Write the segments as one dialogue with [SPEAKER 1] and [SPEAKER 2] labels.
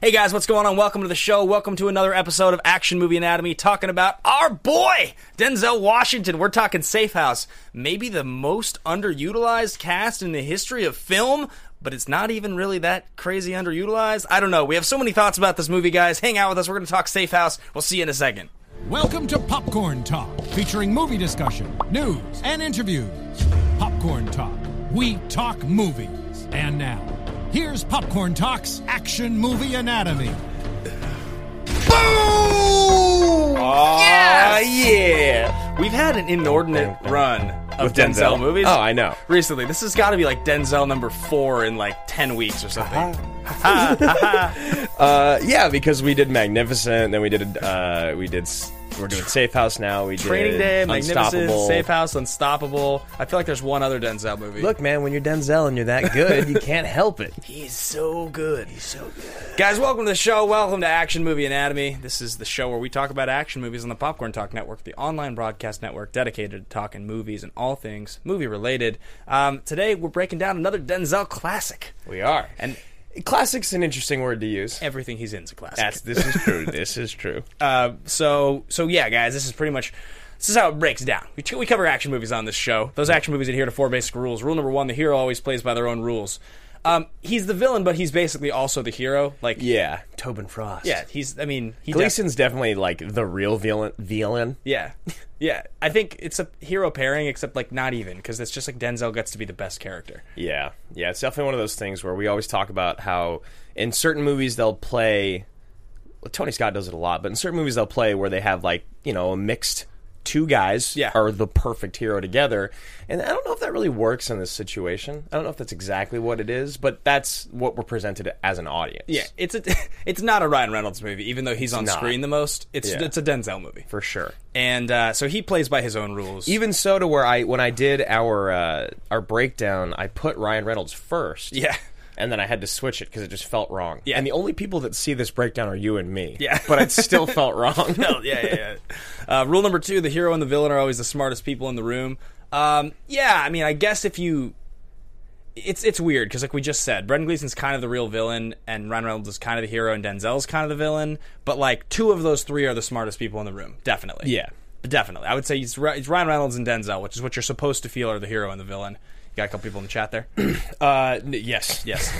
[SPEAKER 1] Hey guys, what's going on? Welcome to the show. Welcome to another episode of Action Movie Anatomy talking about our boy, Denzel Washington. We're talking Safe House, maybe the most underutilized cast in the history of film, but it's not even really that crazy underutilized. I don't know. We have so many thoughts about this movie, guys. Hang out with us. We're going to talk Safe House. We'll see you in a second.
[SPEAKER 2] Welcome to Popcorn Talk, featuring movie discussion, news, and interviews. Popcorn Talk, we talk movies. And now, here's Popcorn Talk's Action Movie Anatomy.
[SPEAKER 1] Ah, yeah. We've had an inordinate run of
[SPEAKER 3] With
[SPEAKER 1] Denzel,
[SPEAKER 3] Denzel?
[SPEAKER 1] movies.
[SPEAKER 3] Oh, I know.
[SPEAKER 1] Recently, this has got to be like Denzel number four in like ten weeks or something.
[SPEAKER 3] Uh-huh. Uh, yeah, because we did Magnificent, then we did uh, we did s- we're doing Safe House now. We
[SPEAKER 1] Training
[SPEAKER 3] did
[SPEAKER 1] Day, Magnificent,
[SPEAKER 3] Unstoppable.
[SPEAKER 1] Safe House, Unstoppable. I feel like there's one other Denzel movie.
[SPEAKER 3] Look, man, when you're Denzel and you're that good, you can't help it.
[SPEAKER 1] he's so good. He's so good. Guys, welcome to the show. Welcome to Action Movie Anatomy. This is the show where we talk about action movies on the Popcorn Talk Network, the online broadcast network dedicated to talking movies and all things movie related. Um, today, we're breaking down another Denzel classic.
[SPEAKER 3] We are.
[SPEAKER 1] And-
[SPEAKER 3] And classic's an interesting word to use.
[SPEAKER 1] Everything he's in is a classic.
[SPEAKER 3] That's this is true. This is true.
[SPEAKER 1] Uh, so so yeah, guys, this is pretty much this is how it breaks down. We, we cover action movies on this show. Those action movies adhere to four basic rules. Rule number one: the hero always plays by their own rules. Um, he's the villain, but he's basically also the hero. Like
[SPEAKER 3] yeah, Tobin Frost.
[SPEAKER 1] yeah, he's. I mean, he def-
[SPEAKER 3] Gleason's definitely like the real villain. Villain.
[SPEAKER 1] yeah, yeah. I think it's a hero pairing, except like not even because it's just like Denzel gets to be the best character.
[SPEAKER 3] Yeah, yeah, it's definitely one of those things where we always talk about how in certain movies they'll play. Well, Tony Scott does it a lot, but in certain movies they'll play where they have like you know a mixed two guys
[SPEAKER 1] Yeah.
[SPEAKER 3] are the perfect hero together, and I don't know if that really works in this situation. I don't know if that's exactly what it is, but that's what we're presented as an audience.
[SPEAKER 1] Yeah, it's a it's not a Ryan Reynolds movie, even though he's on
[SPEAKER 3] not.
[SPEAKER 1] screen the most. It's
[SPEAKER 3] Yeah.
[SPEAKER 1] it's a Denzel movie,
[SPEAKER 3] for sure.
[SPEAKER 1] and uh, so he plays by his own rules.
[SPEAKER 3] Even so, to where I when I did our uh, our breakdown, I put Ryan Reynolds first.
[SPEAKER 1] Yeah.
[SPEAKER 3] and then I had to switch it because it just felt wrong.
[SPEAKER 1] Yeah.
[SPEAKER 3] and the only people that see this breakdown are you and me.
[SPEAKER 1] Yeah.
[SPEAKER 3] but it still felt wrong.
[SPEAKER 1] Hell, yeah, yeah, yeah. Uh, rule number two: the hero and the villain are always the smartest people in the room. Um, yeah, I mean, I guess if you, it's it's weird because like we just said, Brendan Gleeson's kind of the real villain, and Ryan Reynolds is kind of the hero, and Denzel's kind of the villain. But like, two of those three are the smartest people in the room, definitely.
[SPEAKER 3] Yeah.
[SPEAKER 1] definitely. I would say it's, Ry- it's Ryan Reynolds and Denzel, which is what you're supposed to feel are the hero and the villain. You got a couple people in the chat there.
[SPEAKER 3] Uh, n- yes.
[SPEAKER 1] Yes.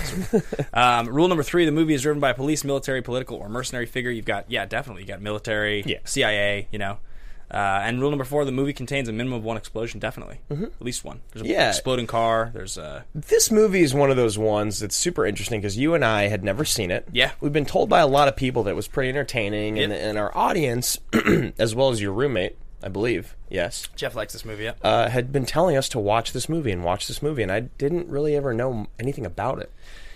[SPEAKER 1] um, rule number three: the movie is driven by a police, military, political, or mercenary figure. You've got yeah, definitely. You got military,
[SPEAKER 3] Yeah.
[SPEAKER 1] CIA. You know. Uh, and rule number four: the movie contains a minimum of one explosion. Definitely, at least one. There's an
[SPEAKER 3] Mm-hmm. Yeah.
[SPEAKER 1] exploding car. There's a
[SPEAKER 3] This movie is one of those ones that's super interesting because you and I had never seen it.
[SPEAKER 1] Yeah.
[SPEAKER 3] we've been told by a lot of people that it was pretty entertaining, and,
[SPEAKER 1] Yep.
[SPEAKER 3] and our audience, as well as your roommate, I believe. Yes.
[SPEAKER 1] Jeff likes this movie. Yeah.
[SPEAKER 3] Uh, had been telling us to watch this movie and watch this movie, and I didn't really ever know anything about it.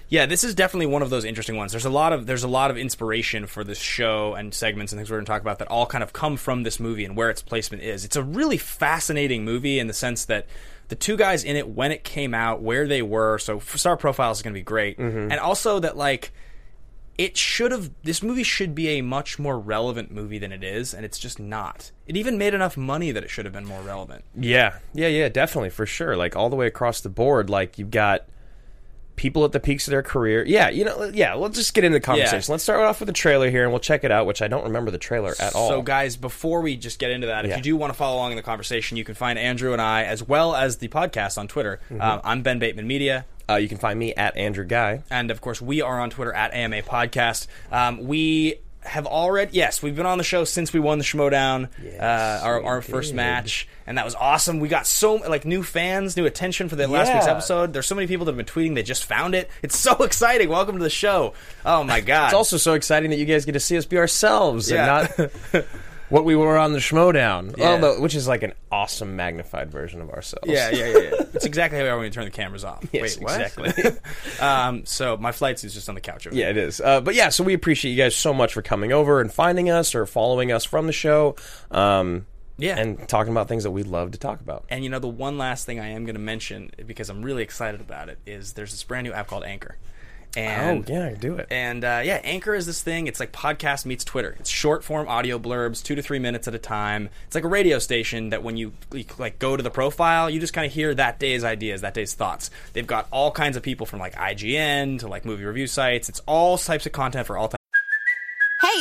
[SPEAKER 1] Yeah, this is definitely one of those interesting ones. There's a lot of there's a lot of inspiration for this show and segments and things we're going to talk about that all kind of come from this movie and where its placement is. It's a really fascinating movie in the sense that the two guys in it when it came out, where they were, so star profiles is going to be great. And also that like it should have this movie should be a much more relevant movie than it is and it's just not. It even made enough money that it should have been more relevant.
[SPEAKER 3] Yeah, yeah, yeah, definitely for sure. Like all the way across the board, like you've got people at the peaks of their career. Yeah, you know, yeah. Let's just get into the conversation. Let's start off with the trailer here, and we'll check it out. Which I don't remember the trailer at all.
[SPEAKER 1] So, guys, before we just get into that, if
[SPEAKER 3] Yeah.
[SPEAKER 1] you do want to follow along in the conversation, you can find Andrew and I, as well as the podcast on Twitter.
[SPEAKER 3] Mm-hmm.
[SPEAKER 1] Um, I'm Ben Bateman Media.
[SPEAKER 3] uh, you can find me at Andrew Guy.
[SPEAKER 1] And of course, we are on Twitter at AMA Podcast. Um, we have already, yes, we've been on the show since we won the Schmodown, uh,
[SPEAKER 3] Yes,
[SPEAKER 1] our,
[SPEAKER 3] we
[SPEAKER 1] our first
[SPEAKER 3] did.
[SPEAKER 1] match, and that was awesome. We got so like new fans, new attention for the last
[SPEAKER 3] Yeah.
[SPEAKER 1] week's episode. There's so many people that have been tweeting they just found it. It's so exciting. Welcome to the show. Oh my god!
[SPEAKER 3] It's also so exciting that you guys get to see us be ourselves
[SPEAKER 1] Yeah.
[SPEAKER 3] and not what we were on the Schmodown.
[SPEAKER 1] Yeah.
[SPEAKER 3] Although, which is like an awesome magnified version of ourselves.
[SPEAKER 1] Yeah, yeah, yeah. yeah. it's exactly how we are when you turn the cameras off.
[SPEAKER 3] Yes,
[SPEAKER 1] Wait, what?
[SPEAKER 3] exactly.
[SPEAKER 1] um, so my flights is just on the couch. Over
[SPEAKER 3] Yeah, it is. Uh, but yeah, so we appreciate you guys so much for coming over and finding us or following us from the show. Um,
[SPEAKER 1] Yeah.
[SPEAKER 3] and talking about things that we love to talk about.
[SPEAKER 1] And you know, the one last thing I am going to mention because I'm really excited about it is there's this brand new app called Anchor. And
[SPEAKER 3] oh yeah, do it.
[SPEAKER 1] and uh, yeah, Anchor is this thing. It's like podcast meets Twitter. It's short form audio blurbs, two to three minutes at a time. It's like a radio station that when you like go to the profile, you just kind of hear that day's ideas, that day's thoughts. They've got all kinds of people from like IGN to like movie review sites. It's all types of content for all types.
[SPEAKER 4] Hey,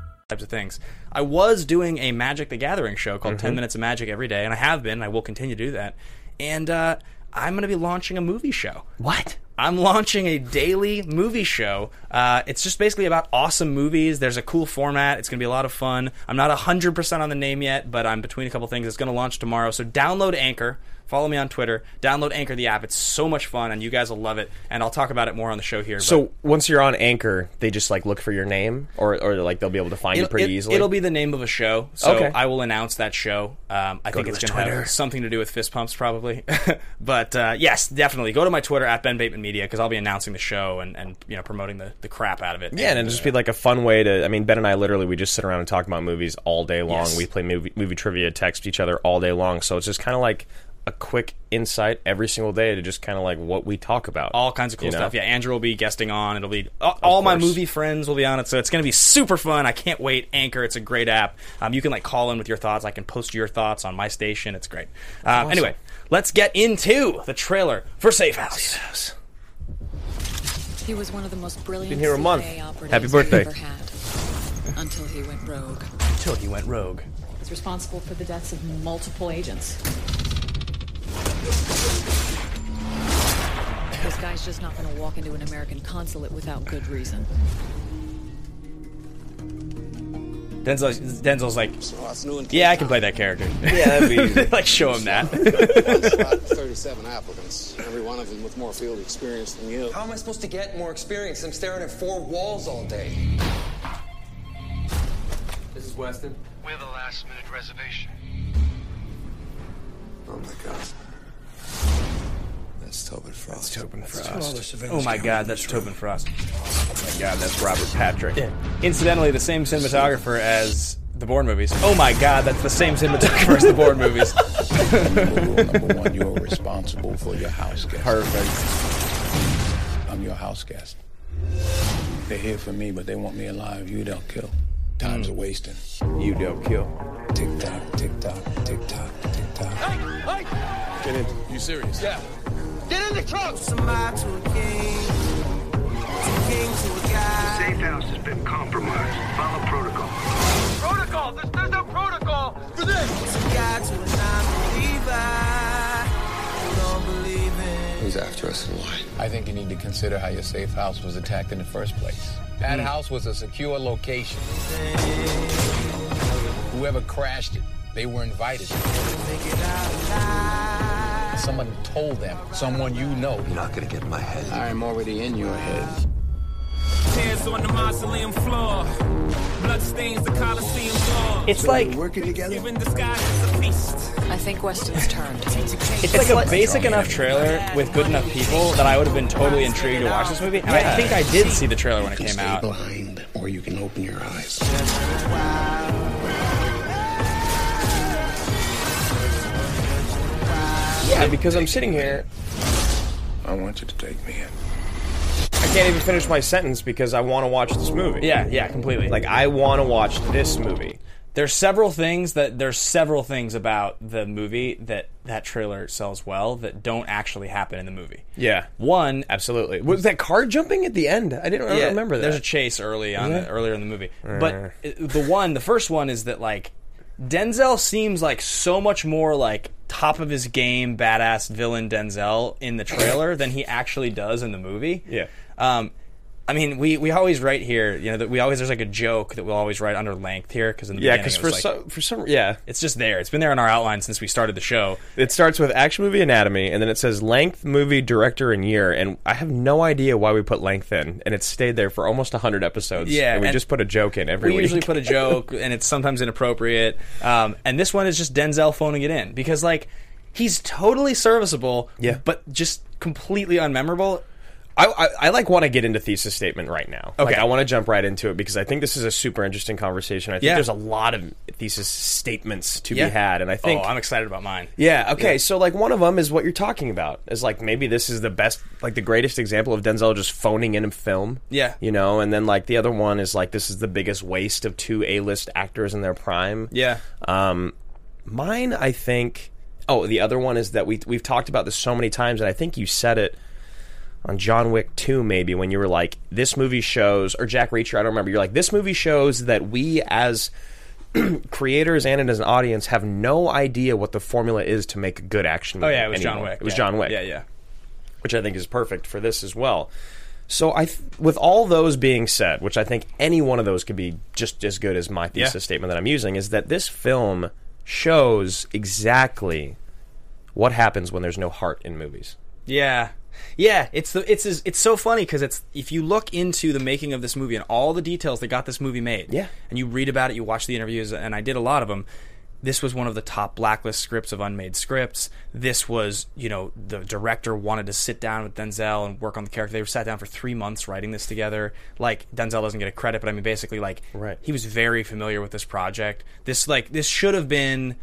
[SPEAKER 1] types of things. I was doing a Magic the Gathering show called 10 Minutes of Magic every day, and I have been, and I will continue to do that. And uh, I'm going to be launching a movie show.
[SPEAKER 3] What?
[SPEAKER 1] I'm launching a daily movie show. Uh, it's just basically about awesome movies. There's a cool format. It's going to be a lot of fun. I'm not 100% on the name yet, but I'm between a couple things. It's going to launch tomorrow. So download Anchor. Follow me on Twitter. Download Anchor, the app. It's so much fun, and you guys will love it. And I'll talk about it more on the show here. but-
[SPEAKER 3] So once you're on Anchor, they just like look for your name, or or like they'll be able to find you
[SPEAKER 1] It'll-
[SPEAKER 3] pretty
[SPEAKER 1] it-
[SPEAKER 3] easily.
[SPEAKER 1] It'll be the name of a show, so
[SPEAKER 3] Okay.
[SPEAKER 1] I will announce that show. Um, I think
[SPEAKER 3] to
[SPEAKER 1] it's
[SPEAKER 3] his
[SPEAKER 1] going to
[SPEAKER 3] Twitter.
[SPEAKER 1] have something to do with fist pumps, probably. but uh, yes, definitely go to my Twitter at Ben Bateman Media because I'll be announcing the show and, and you know promoting the, the crap out of it.
[SPEAKER 3] Yeah, and it'll just be like a fun way to. I mean, Ben and I literally we just sit around and talk about movies all day long.
[SPEAKER 1] Yes.
[SPEAKER 3] We play movie movie trivia, text each other all day long. So it's just kind of like a quick insight every single day to just kind of like what we talk about.
[SPEAKER 1] all kinds of cool
[SPEAKER 3] you know?
[SPEAKER 1] stuff. Yeah, Andrew will be guesting on. It'll be all, all my
[SPEAKER 3] course.
[SPEAKER 1] movie friends will be on it, so it's going to be super fun. I can't wait. Anchor, it's a great app. Um, you can like call in with your thoughts. I can post your thoughts on my station. It's great. Um, Anyway, let's get into the trailer for Safe House.
[SPEAKER 5] He was one of the most brilliant.
[SPEAKER 3] Been here a month.
[SPEAKER 5] CIA operatives
[SPEAKER 3] Happy birthday.
[SPEAKER 5] we've Ever had, until he went rogue.
[SPEAKER 1] Until he went rogue.
[SPEAKER 5] He's responsible for the deaths of multiple agents. This guy's just not going to walk into an American consulate without good reason.
[SPEAKER 1] Denzel's, Denzel's like,
[SPEAKER 6] Ross Newman came
[SPEAKER 1] yeah, I can
[SPEAKER 6] down.
[SPEAKER 1] play that character. Yeah, that'd be like show him that.
[SPEAKER 6] About 37 applicants, every one of them with more field experience than you.
[SPEAKER 7] How am I supposed to get more experience? I'm staring at four walls all day. This is Weston.
[SPEAKER 8] We have a last minute reservation.
[SPEAKER 6] Oh my God. That's Tobin Frost. Tobin Frost.
[SPEAKER 1] oh my God, that's Tobin Frost. Oh
[SPEAKER 3] God, that's Robert Patrick.
[SPEAKER 1] Incidentally, the same cinematographer as the Bourne movies. Oh my God, that's the same cinematographer as the Bourne movies.
[SPEAKER 9] Rule number one, you're responsible for your house guest. Perfect. I'm your house guest. They're here for me, but they want me alive. You don't kill. Time's a wasting.
[SPEAKER 3] You don't kill.
[SPEAKER 9] Tick tock, tick tock, tick tock, tick tock. Get in. You serious? Yeah.
[SPEAKER 8] Safe house has been compromised. Follow protocol. Protocol? There's, there's no protocol for this!
[SPEAKER 7] Who's after us and why?
[SPEAKER 9] I think you need to consider how your safe house was attacked in the first place. That house was a secure location. Whoever crashed
[SPEAKER 3] Hmm.
[SPEAKER 9] it, they were invited. Someone told them, someone you know.
[SPEAKER 7] You're not gonna get in my head.
[SPEAKER 9] I'm already in your head.
[SPEAKER 10] Tears on the mausoleum floor. Blood stains the Coliseum floor.
[SPEAKER 1] It's like
[SPEAKER 6] Working together?
[SPEAKER 10] Even disguised as a beast.
[SPEAKER 5] I think Weston's turned.
[SPEAKER 1] it's like a basic enough trailer with good enough people that I would have been totally intrigued to watch this movie. And I think I did see the trailer when it came out.
[SPEAKER 9] blind, or you can open your eyes.
[SPEAKER 3] Yeah, because I'm sitting here.
[SPEAKER 9] I want you to take me in.
[SPEAKER 3] I can't even finish my sentence because I want to watch this movie.
[SPEAKER 1] Yeah, yeah, completely.
[SPEAKER 3] Like I want to watch this movie.
[SPEAKER 1] there's several things that there's several things about the movie that that trailer sells well that don't actually happen in the movie.
[SPEAKER 3] Yeah.
[SPEAKER 1] One,
[SPEAKER 3] Absolutely. Was that car jumping at the end? I didn't I don't
[SPEAKER 1] yeah,
[SPEAKER 3] remember that.
[SPEAKER 1] There's a chase early on
[SPEAKER 3] Is there?
[SPEAKER 1] earlier in the movie, but uh, the one, the first one is that like Denzel seems like so much more like top of his game, badass villain Denzel in the trailer than he actually does in the movie.
[SPEAKER 3] Yeah.
[SPEAKER 1] Um, I mean, we, we always write here, you know, that we always there's like a joke that we'll always write under length here because in the
[SPEAKER 3] Yeah,
[SPEAKER 1] beginning
[SPEAKER 3] because
[SPEAKER 1] it
[SPEAKER 3] for
[SPEAKER 1] was like-
[SPEAKER 3] some for some yeah,
[SPEAKER 1] it's just there. It's been there in our outline since we started the show.
[SPEAKER 3] it starts with action movie anatomy, and then it says length, movie, director, and year. And I have no idea why we put length in, and it's stayed there for almost hundred episodes.
[SPEAKER 1] Yeah,
[SPEAKER 3] and we
[SPEAKER 1] and
[SPEAKER 3] just put a joke in every
[SPEAKER 1] We
[SPEAKER 3] week.
[SPEAKER 1] usually put a joke, and it's sometimes inappropriate. Um, and this one is just Denzel phoning it in because like he's totally serviceable,
[SPEAKER 3] Yeah.
[SPEAKER 1] but just completely unmemorable.
[SPEAKER 3] I, I, I like want to get into thesis statement right now. Like,
[SPEAKER 1] Okay.
[SPEAKER 3] I want to jump right into it because I think this is a super interesting conversation. I think
[SPEAKER 1] Yeah.
[SPEAKER 3] there's a lot of thesis statements to
[SPEAKER 1] Yeah.
[SPEAKER 3] be had, and I think
[SPEAKER 1] oh, I'm excited about mine.
[SPEAKER 3] yeah. Okay. So like one of them is what you're talking about is like maybe this is the best, like the greatest example of Denzel just phoning in a film.
[SPEAKER 1] Yeah.
[SPEAKER 3] You know, and then like the other one is like this is the biggest waste of two A-list actors in their prime.
[SPEAKER 1] Yeah.
[SPEAKER 3] Um, mine, I think. Oh, the other one is that we we've talked about this so many times, and I think you said it on John Wick Two, maybe when you were like, "This movie shows," or Jack Reacher. I don't remember. You're like, "This movie shows that we as creators and as an audience have no idea what the formula is to make a good action
[SPEAKER 1] Oh
[SPEAKER 3] movie."
[SPEAKER 1] yeah, it was John
[SPEAKER 3] anymore."
[SPEAKER 1] Wick.
[SPEAKER 3] Um, It was
[SPEAKER 1] Yeah.
[SPEAKER 3] John Wick
[SPEAKER 1] Yeah, yeah.
[SPEAKER 3] which I think is perfect for this as well. So I, th- with all those being said, which I think any one of those could be just as good as my thesis
[SPEAKER 1] Yeah.
[SPEAKER 3] statement that I'm using, is that this film shows exactly what happens when there's no heart in movies.
[SPEAKER 1] Yeah, yeah. It's the it's it's so funny because it's if you look into the making of this movie and all the details that got this movie made.
[SPEAKER 3] Yeah.
[SPEAKER 1] and you read about it, you watch the interviews, and I did a lot of them. This was one of the top blacklist scripts of unmade scripts. This was, you know, the director wanted to sit down with Denzel and work on the character. They sat down for three months writing this together. Like Denzel doesn't get a credit, but I mean, basically, like
[SPEAKER 3] Right.
[SPEAKER 1] he was very familiar with this project. This like this should have been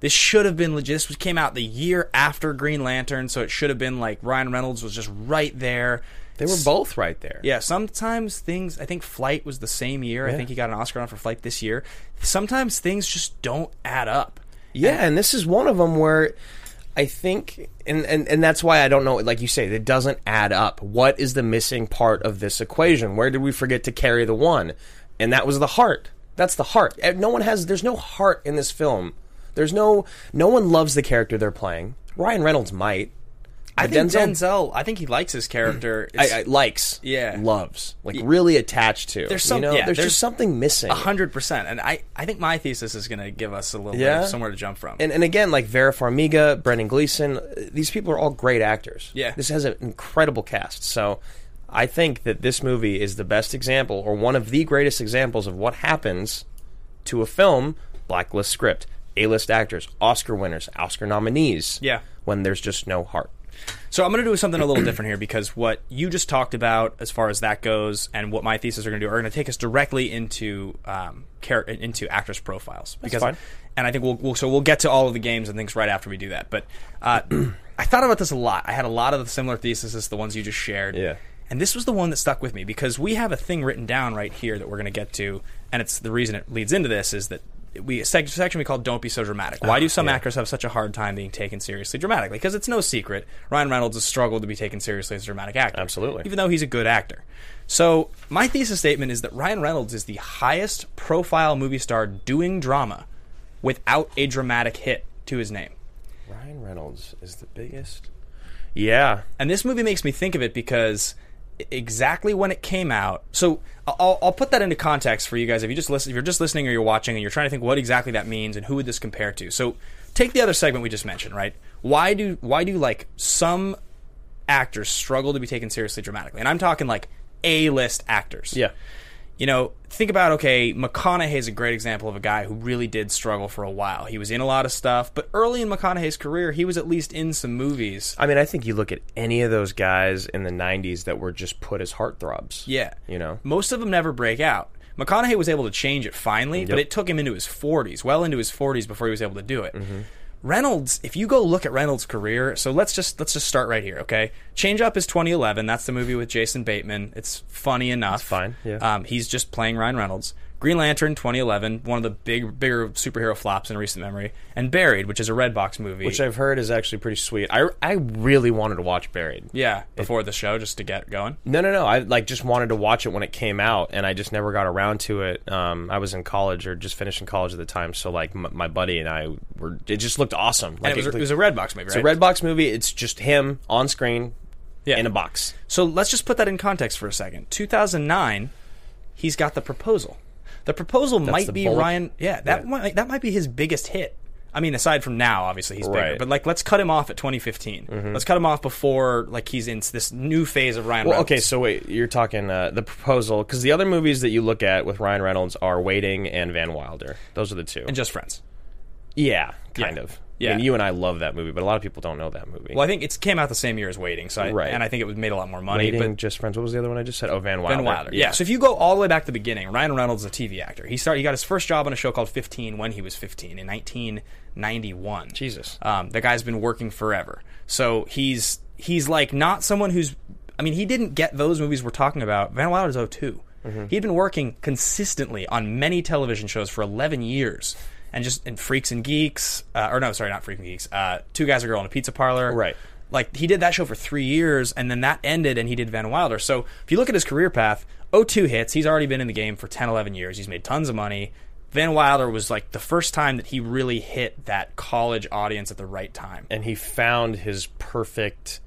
[SPEAKER 1] this should have been legit. This was- came out the year after Green Lantern, so it should have been like Ryan Reynolds was just right there.
[SPEAKER 3] They were
[SPEAKER 1] S-
[SPEAKER 3] both right there.
[SPEAKER 1] Yeah, sometimes things. I think Flight was the same year. I
[SPEAKER 3] Yeah.
[SPEAKER 1] think he got an Oscar on for Flight this year. Sometimes things just don't add up.
[SPEAKER 3] Yeah, and this is one of them where I think, and, and, and that's why I don't know, like you say, it doesn't add up. What is the missing part of this equation? Where did we forget to carry the one? And that was the heart. That's the heart. And No one has, there's no heart in this film. There's no, no one loves the character they're playing. Ryan Reynolds might.
[SPEAKER 1] I
[SPEAKER 3] but
[SPEAKER 1] think Denzel, I think he likes his character. It's-
[SPEAKER 3] I, I, likes,
[SPEAKER 1] Yeah.
[SPEAKER 3] loves, like really attached to.
[SPEAKER 1] There's
[SPEAKER 3] you
[SPEAKER 1] some-
[SPEAKER 3] know?
[SPEAKER 1] yeah,
[SPEAKER 3] there's,
[SPEAKER 1] there's
[SPEAKER 3] just something missing.
[SPEAKER 1] A hundred percent. And I, I think my thesis is going to give us a little bit
[SPEAKER 3] Yeah?
[SPEAKER 1] of somewhere to jump from.
[SPEAKER 3] and and again, like Vera Farmiga, Brendan Gleeson, uh, these people are all great actors.
[SPEAKER 1] Yeah.
[SPEAKER 3] this has an incredible cast. So, I think that this movie is the best example, or one of the greatest examples, of what happens to a film blacklist script, A-list actors, Oscar winners, Oscar nominees.
[SPEAKER 1] Yeah.
[SPEAKER 3] when there's just no heart.
[SPEAKER 1] So I'm going to do something a little different here because what you just talked about, as far as that goes, and what my thesis are going to do, are going to take us directly into um, char- into actress profiles. Because,
[SPEAKER 3] fine.
[SPEAKER 1] and I think we'll, we'll so we'll get to all of the games and things right after we do that. But uh, I thought about this a lot. I had a lot of the similar theses, as the ones you just shared.
[SPEAKER 3] Yeah.
[SPEAKER 1] And this was the one that stuck with me because we have a thing written down right here that we're going to get to, and it's the reason it leads into this is that we a sec- section we call "Don't Be So Dramatic."
[SPEAKER 3] Ah,
[SPEAKER 1] Why do some actors have such a hard time being taken seriously dramatically? Because it's no secret Ryan Reynolds has struggled to be taken seriously as a dramatic actor,
[SPEAKER 3] Absolutely.
[SPEAKER 1] even though he's a good actor. So my thesis statement is that Ryan Reynolds is the highest profile movie star doing drama without a dramatic hit to his name.
[SPEAKER 3] Ryan Reynolds is the biggest. Yeah,
[SPEAKER 1] And this movie makes me think of it because i- exactly when it came out. So I'll, I'll put that into context for you guys. If you just listen, if you're just listening or you're watching and you're trying to think what exactly that means and who would this compare to. So take the other segment we just mentioned, right? Why do why do like some actors struggle to be taken seriously dramatically? And I'm talking like A list actors
[SPEAKER 3] yeah.
[SPEAKER 1] you know, think about okay, McConaughey's a great example of a guy who really did struggle for a while. He was in a lot of stuff, but early in McConaughey's career, he was at least in some movies.
[SPEAKER 3] I mean, I think you look at any of those guys in the '90s that were just put as heartthrobs.
[SPEAKER 1] Yeah.
[SPEAKER 3] you know,
[SPEAKER 1] Most of them never break out. McConaughey was able to change it finally, but it took him into his 40s, well into his 40s before he was able to do it.
[SPEAKER 3] Mm-hmm.
[SPEAKER 1] Reynolds, if you go look at Reynolds' career, so let's just let's just start right here, okay? Change Up is 2011. That's the movie with Jason Bateman. It's funny enough.
[SPEAKER 3] fine, yeah.
[SPEAKER 1] Um, he's just playing Ryan Reynolds. Green Lantern 2011, one of the big bigger superhero flops in recent memory, and Buried, which is a Redbox movie.
[SPEAKER 3] which I've heard is actually pretty sweet. I I really wanted to watch Buried.
[SPEAKER 1] yeah, before the show just to get going.
[SPEAKER 3] No, no, no. I like just wanted to watch it when it came out, and I just never got around to it. Um, I was in college or just finishing college at the time, so like m- my buddy and I were. It just looked awesome. Like
[SPEAKER 1] And it was, it was a Redbox movie, right?
[SPEAKER 3] It's a Redbox movie. It's just him on screen yeah. in a box.
[SPEAKER 1] So let's just put that in context for a second. 2009, he's got the proposal. The proposal
[SPEAKER 3] That's
[SPEAKER 1] might
[SPEAKER 3] the
[SPEAKER 1] be
[SPEAKER 3] bullet.
[SPEAKER 1] Ryan. Yeah, that might that might be his biggest hit. I mean, aside from now, obviously he's bigger.
[SPEAKER 3] Right. Mm-hmm.
[SPEAKER 1] But like, let's cut him off at 2015. Let's cut him off before like he's in this new phase of Ryan.
[SPEAKER 3] Well,
[SPEAKER 1] Reynolds.
[SPEAKER 3] okay, so wait, you're talking uh, the proposal because the other movies that you look at with Ryan Reynolds are Waiting and Van Wilder. Those are the two.
[SPEAKER 1] and just friends.
[SPEAKER 3] yeah, kind of.
[SPEAKER 1] Yeah.
[SPEAKER 3] I mean, you and I love that movie, but a lot of people don't know that movie.
[SPEAKER 1] Well, I think it came out the same year as Waiting, so I,
[SPEAKER 3] Right.
[SPEAKER 1] and I think it was made a lot more money.
[SPEAKER 3] Waiting,
[SPEAKER 1] but
[SPEAKER 3] just friends. What was the other one I just said? Oh, Van Wilder.
[SPEAKER 1] Ben Wilder. Yeah. So if you go all the way back to the beginning, Ryan Reynolds is a TV actor. He started. He got his first job on a show called 15 when he was 15 in 1991.
[SPEAKER 3] Jesus.
[SPEAKER 1] Um, the guy's been working forever. So he's he's like not someone who's. I mean, he didn't get those movies we're talking about. Van oh Wilder's 2 He'd been working consistently on many television shows for 11 years. And just in Freaks and Geeks, uh, or no, sorry, not Freaks and Geeks. Uh, Two guys, a girl in a pizza parlor.
[SPEAKER 3] Right.
[SPEAKER 1] Like he did that show for three years, and then that ended, and he did Van Wilder. So if you look at his career path, 02 hits. He's already been in the game for 10, 11 years. He's made tons of money. Van Wilder was like the first time that he really hit that college audience at the right time.
[SPEAKER 3] and he found his perfect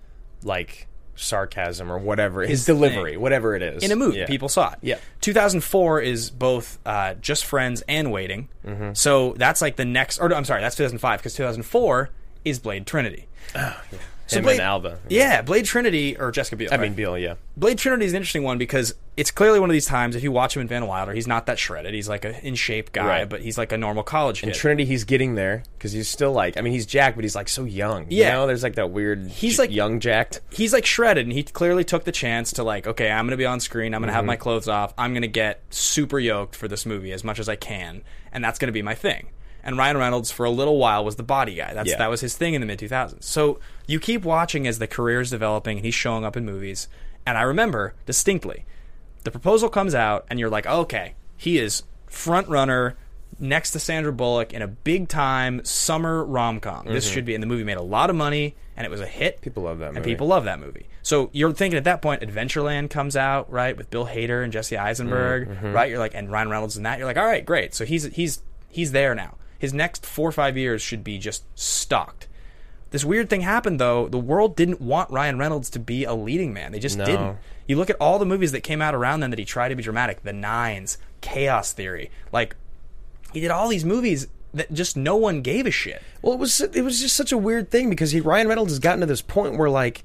[SPEAKER 3] like sarcasm or whatever his,
[SPEAKER 1] His
[SPEAKER 3] delivery,
[SPEAKER 1] thing.
[SPEAKER 3] whatever it is
[SPEAKER 1] in a movie.
[SPEAKER 3] Yeah.
[SPEAKER 1] People saw it.
[SPEAKER 3] Yeah.
[SPEAKER 1] 2004 is both uh, Just Friends and Waiting.
[SPEAKER 3] Mm-hmm.
[SPEAKER 1] So that's like the next, or no, I'm sorry, that's 2005 because 2004 is Blade Trinity. Oh, yeah.
[SPEAKER 3] Him and Alba.
[SPEAKER 1] Yeah, Blade Trinity or Jessica Biel.
[SPEAKER 3] I
[SPEAKER 1] sorry.
[SPEAKER 3] mean, Beale, yeah.
[SPEAKER 1] Blade Trinity is an interesting one because it's clearly one of these times. If you watch him in Van Wilder, he's not that shredded. He's like a in shape guy,
[SPEAKER 3] Right.
[SPEAKER 1] but he's like a normal college
[SPEAKER 3] In
[SPEAKER 1] kid.
[SPEAKER 3] Trinity, he's getting there because he's still like, I mean, he's Jack, but he's like so young.
[SPEAKER 1] Yeah.
[SPEAKER 3] You know, there's like that weird.
[SPEAKER 1] He's,
[SPEAKER 3] j-
[SPEAKER 1] like-
[SPEAKER 3] young Jacked.
[SPEAKER 1] he's like shredded and he clearly took the chance to like okay i'm gonna be on screen i'm gonna have my clothes off i'm gonna get super yoked for this movie as much as i can and that's gonna be my thing and ryan reynolds for a little while was the body guy that's
[SPEAKER 3] Yeah.
[SPEAKER 1] that was his thing in the mid 2000s so you keep watching as the career is developing and he's showing up in movies and i remember distinctly the proposal comes out and you're like okay he is front runner next to sandra bullock in a big time summer rom-com this should be and the movie made a lot of money and it was a hit
[SPEAKER 3] People love that
[SPEAKER 1] and
[SPEAKER 3] movie.
[SPEAKER 1] people love that movie. So you're thinking at that point, Adventureland comes out, right, with Bill Hader and Jesse Eisenberg,
[SPEAKER 3] Mm, mm-hmm.
[SPEAKER 1] right? You're like, and Ryan Reynolds and that. You're like, all right, great. So he's he's he's there now. His next four or five years should be just stocked. This weird thing happened though. The world didn't want Ryan Reynolds to be a leading man. They just
[SPEAKER 3] No.
[SPEAKER 1] didn't. You look at all the movies that came out around then that he tried to be dramatic. The Nines, Chaos Theory, like he did all these movies that just no one gave a shit.
[SPEAKER 3] Well, it was it was just such a weird thing because he Ryan Reynolds has gotten to this point where like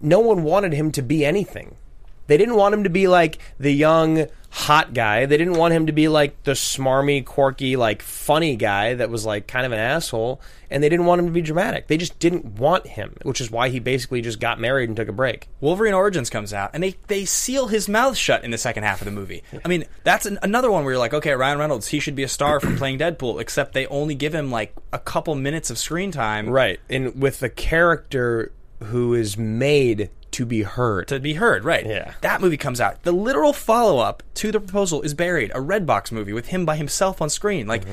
[SPEAKER 3] no one wanted him to be anything. They didn't want him to be like the young hot guy. They didn't want him to be like the smarmy, quirky, like funny guy that was like kind of an asshole. And they didn't want him to be dramatic. They just didn't want him, which is why he basically just got married and took a break.
[SPEAKER 1] Wolverine Origins comes out, and they, they seal his mouth shut in the second half of the movie. I mean, that's an, another one where you're like, okay, Ryan Reynolds, he should be a star for playing Deadpool, except they only give him like a couple minutes of screen time
[SPEAKER 3] Right. And with the character who is made to be heard.
[SPEAKER 1] to be heard. Right.
[SPEAKER 3] Yeah.
[SPEAKER 1] That movie comes out. The literal follow up to the proposal is buried, a Redbox movie with him by himself on screen. Like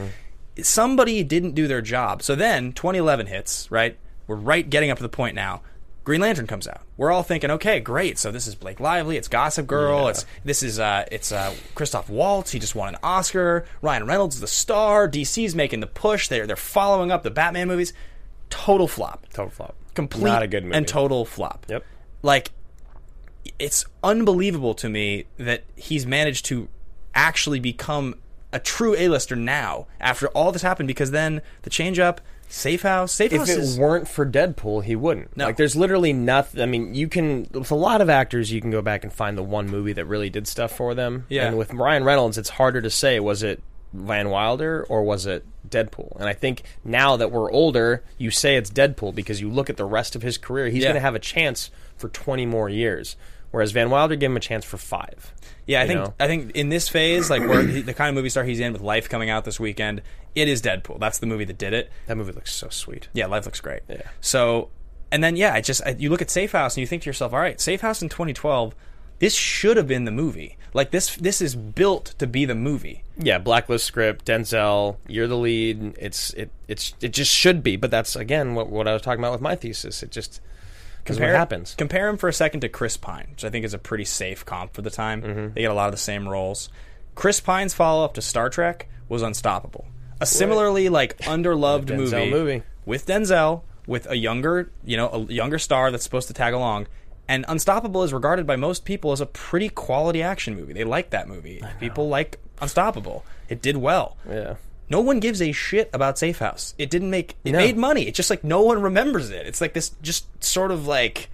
[SPEAKER 1] somebody didn't do their job. So then 2011 hits. Right. We're right getting up to the point now. Green Lantern comes out. We're all thinking, okay, great. So this is Blake Lively. It's Gossip Girl. It's this is uh, it's uh, Christoph Waltz. He just won an Oscar. Ryan Reynolds is the star. DC's making the push. They're they're following up the Batman movies. Total flop
[SPEAKER 3] Total flop.
[SPEAKER 1] complete
[SPEAKER 3] Not a good movie.
[SPEAKER 1] and total flop.
[SPEAKER 3] Yep.
[SPEAKER 1] Like it's unbelievable to me that he's managed to actually become a true A-lister now after all this happened because then the change up, Safe House, Safe
[SPEAKER 3] if
[SPEAKER 1] House
[SPEAKER 3] it
[SPEAKER 1] is
[SPEAKER 3] weren't for Deadpool, he wouldn't. Like, there's literally nothing. I mean, you can with a lot of actors, you can go back and find the one movie that really did stuff for them.
[SPEAKER 1] Yeah.
[SPEAKER 3] And with Ryan Reynolds, it's harder to say was it Van Wilder or was it Deadpool. And I think now that we're older, you say it's Deadpool because you look at the rest of his career. He's
[SPEAKER 1] Yeah.
[SPEAKER 3] going to have a chance for 20 more years, whereas Van Wilder gave him a chance for five.
[SPEAKER 1] Yeah, I
[SPEAKER 3] you
[SPEAKER 1] think
[SPEAKER 3] know?
[SPEAKER 1] I think in this phase, like where he, the kind of movie star he's in with Life coming out this weekend, it is Deadpool. That's the movie that did it.
[SPEAKER 3] that movie looks so sweet.
[SPEAKER 1] Yeah, life looks great. Yeah. So, and then yeah, I just I, you look at Safe House and you think to yourself, all right, Safe House in 2012, this should have been the movie. Like this, this is built to be the movie.
[SPEAKER 3] Yeah, blacklist script, Denzel, you're the lead. It's it it's it just should be, but that's again what what I was talking about with my thesis. It just because what happens.
[SPEAKER 1] Compare him for a second to Chris Pine, which I think is a pretty safe comp for the time.
[SPEAKER 3] Mm-hmm.
[SPEAKER 1] They get a lot of the same roles. Chris Pine's follow up to Star Trek was Unstoppable, a similarly like underloved movie,
[SPEAKER 3] Denzel movie.
[SPEAKER 1] with Denzel, with a younger you know a younger star that's supposed to tag along, And Unstoppable is regarded by most people as a pretty quality action movie. They like that movie. People like Unstoppable. It did well.
[SPEAKER 3] Yeah.
[SPEAKER 1] No one gives a shit about Safe House. It didn't make it made money. It's just like no one remembers it. It's like this just sort of like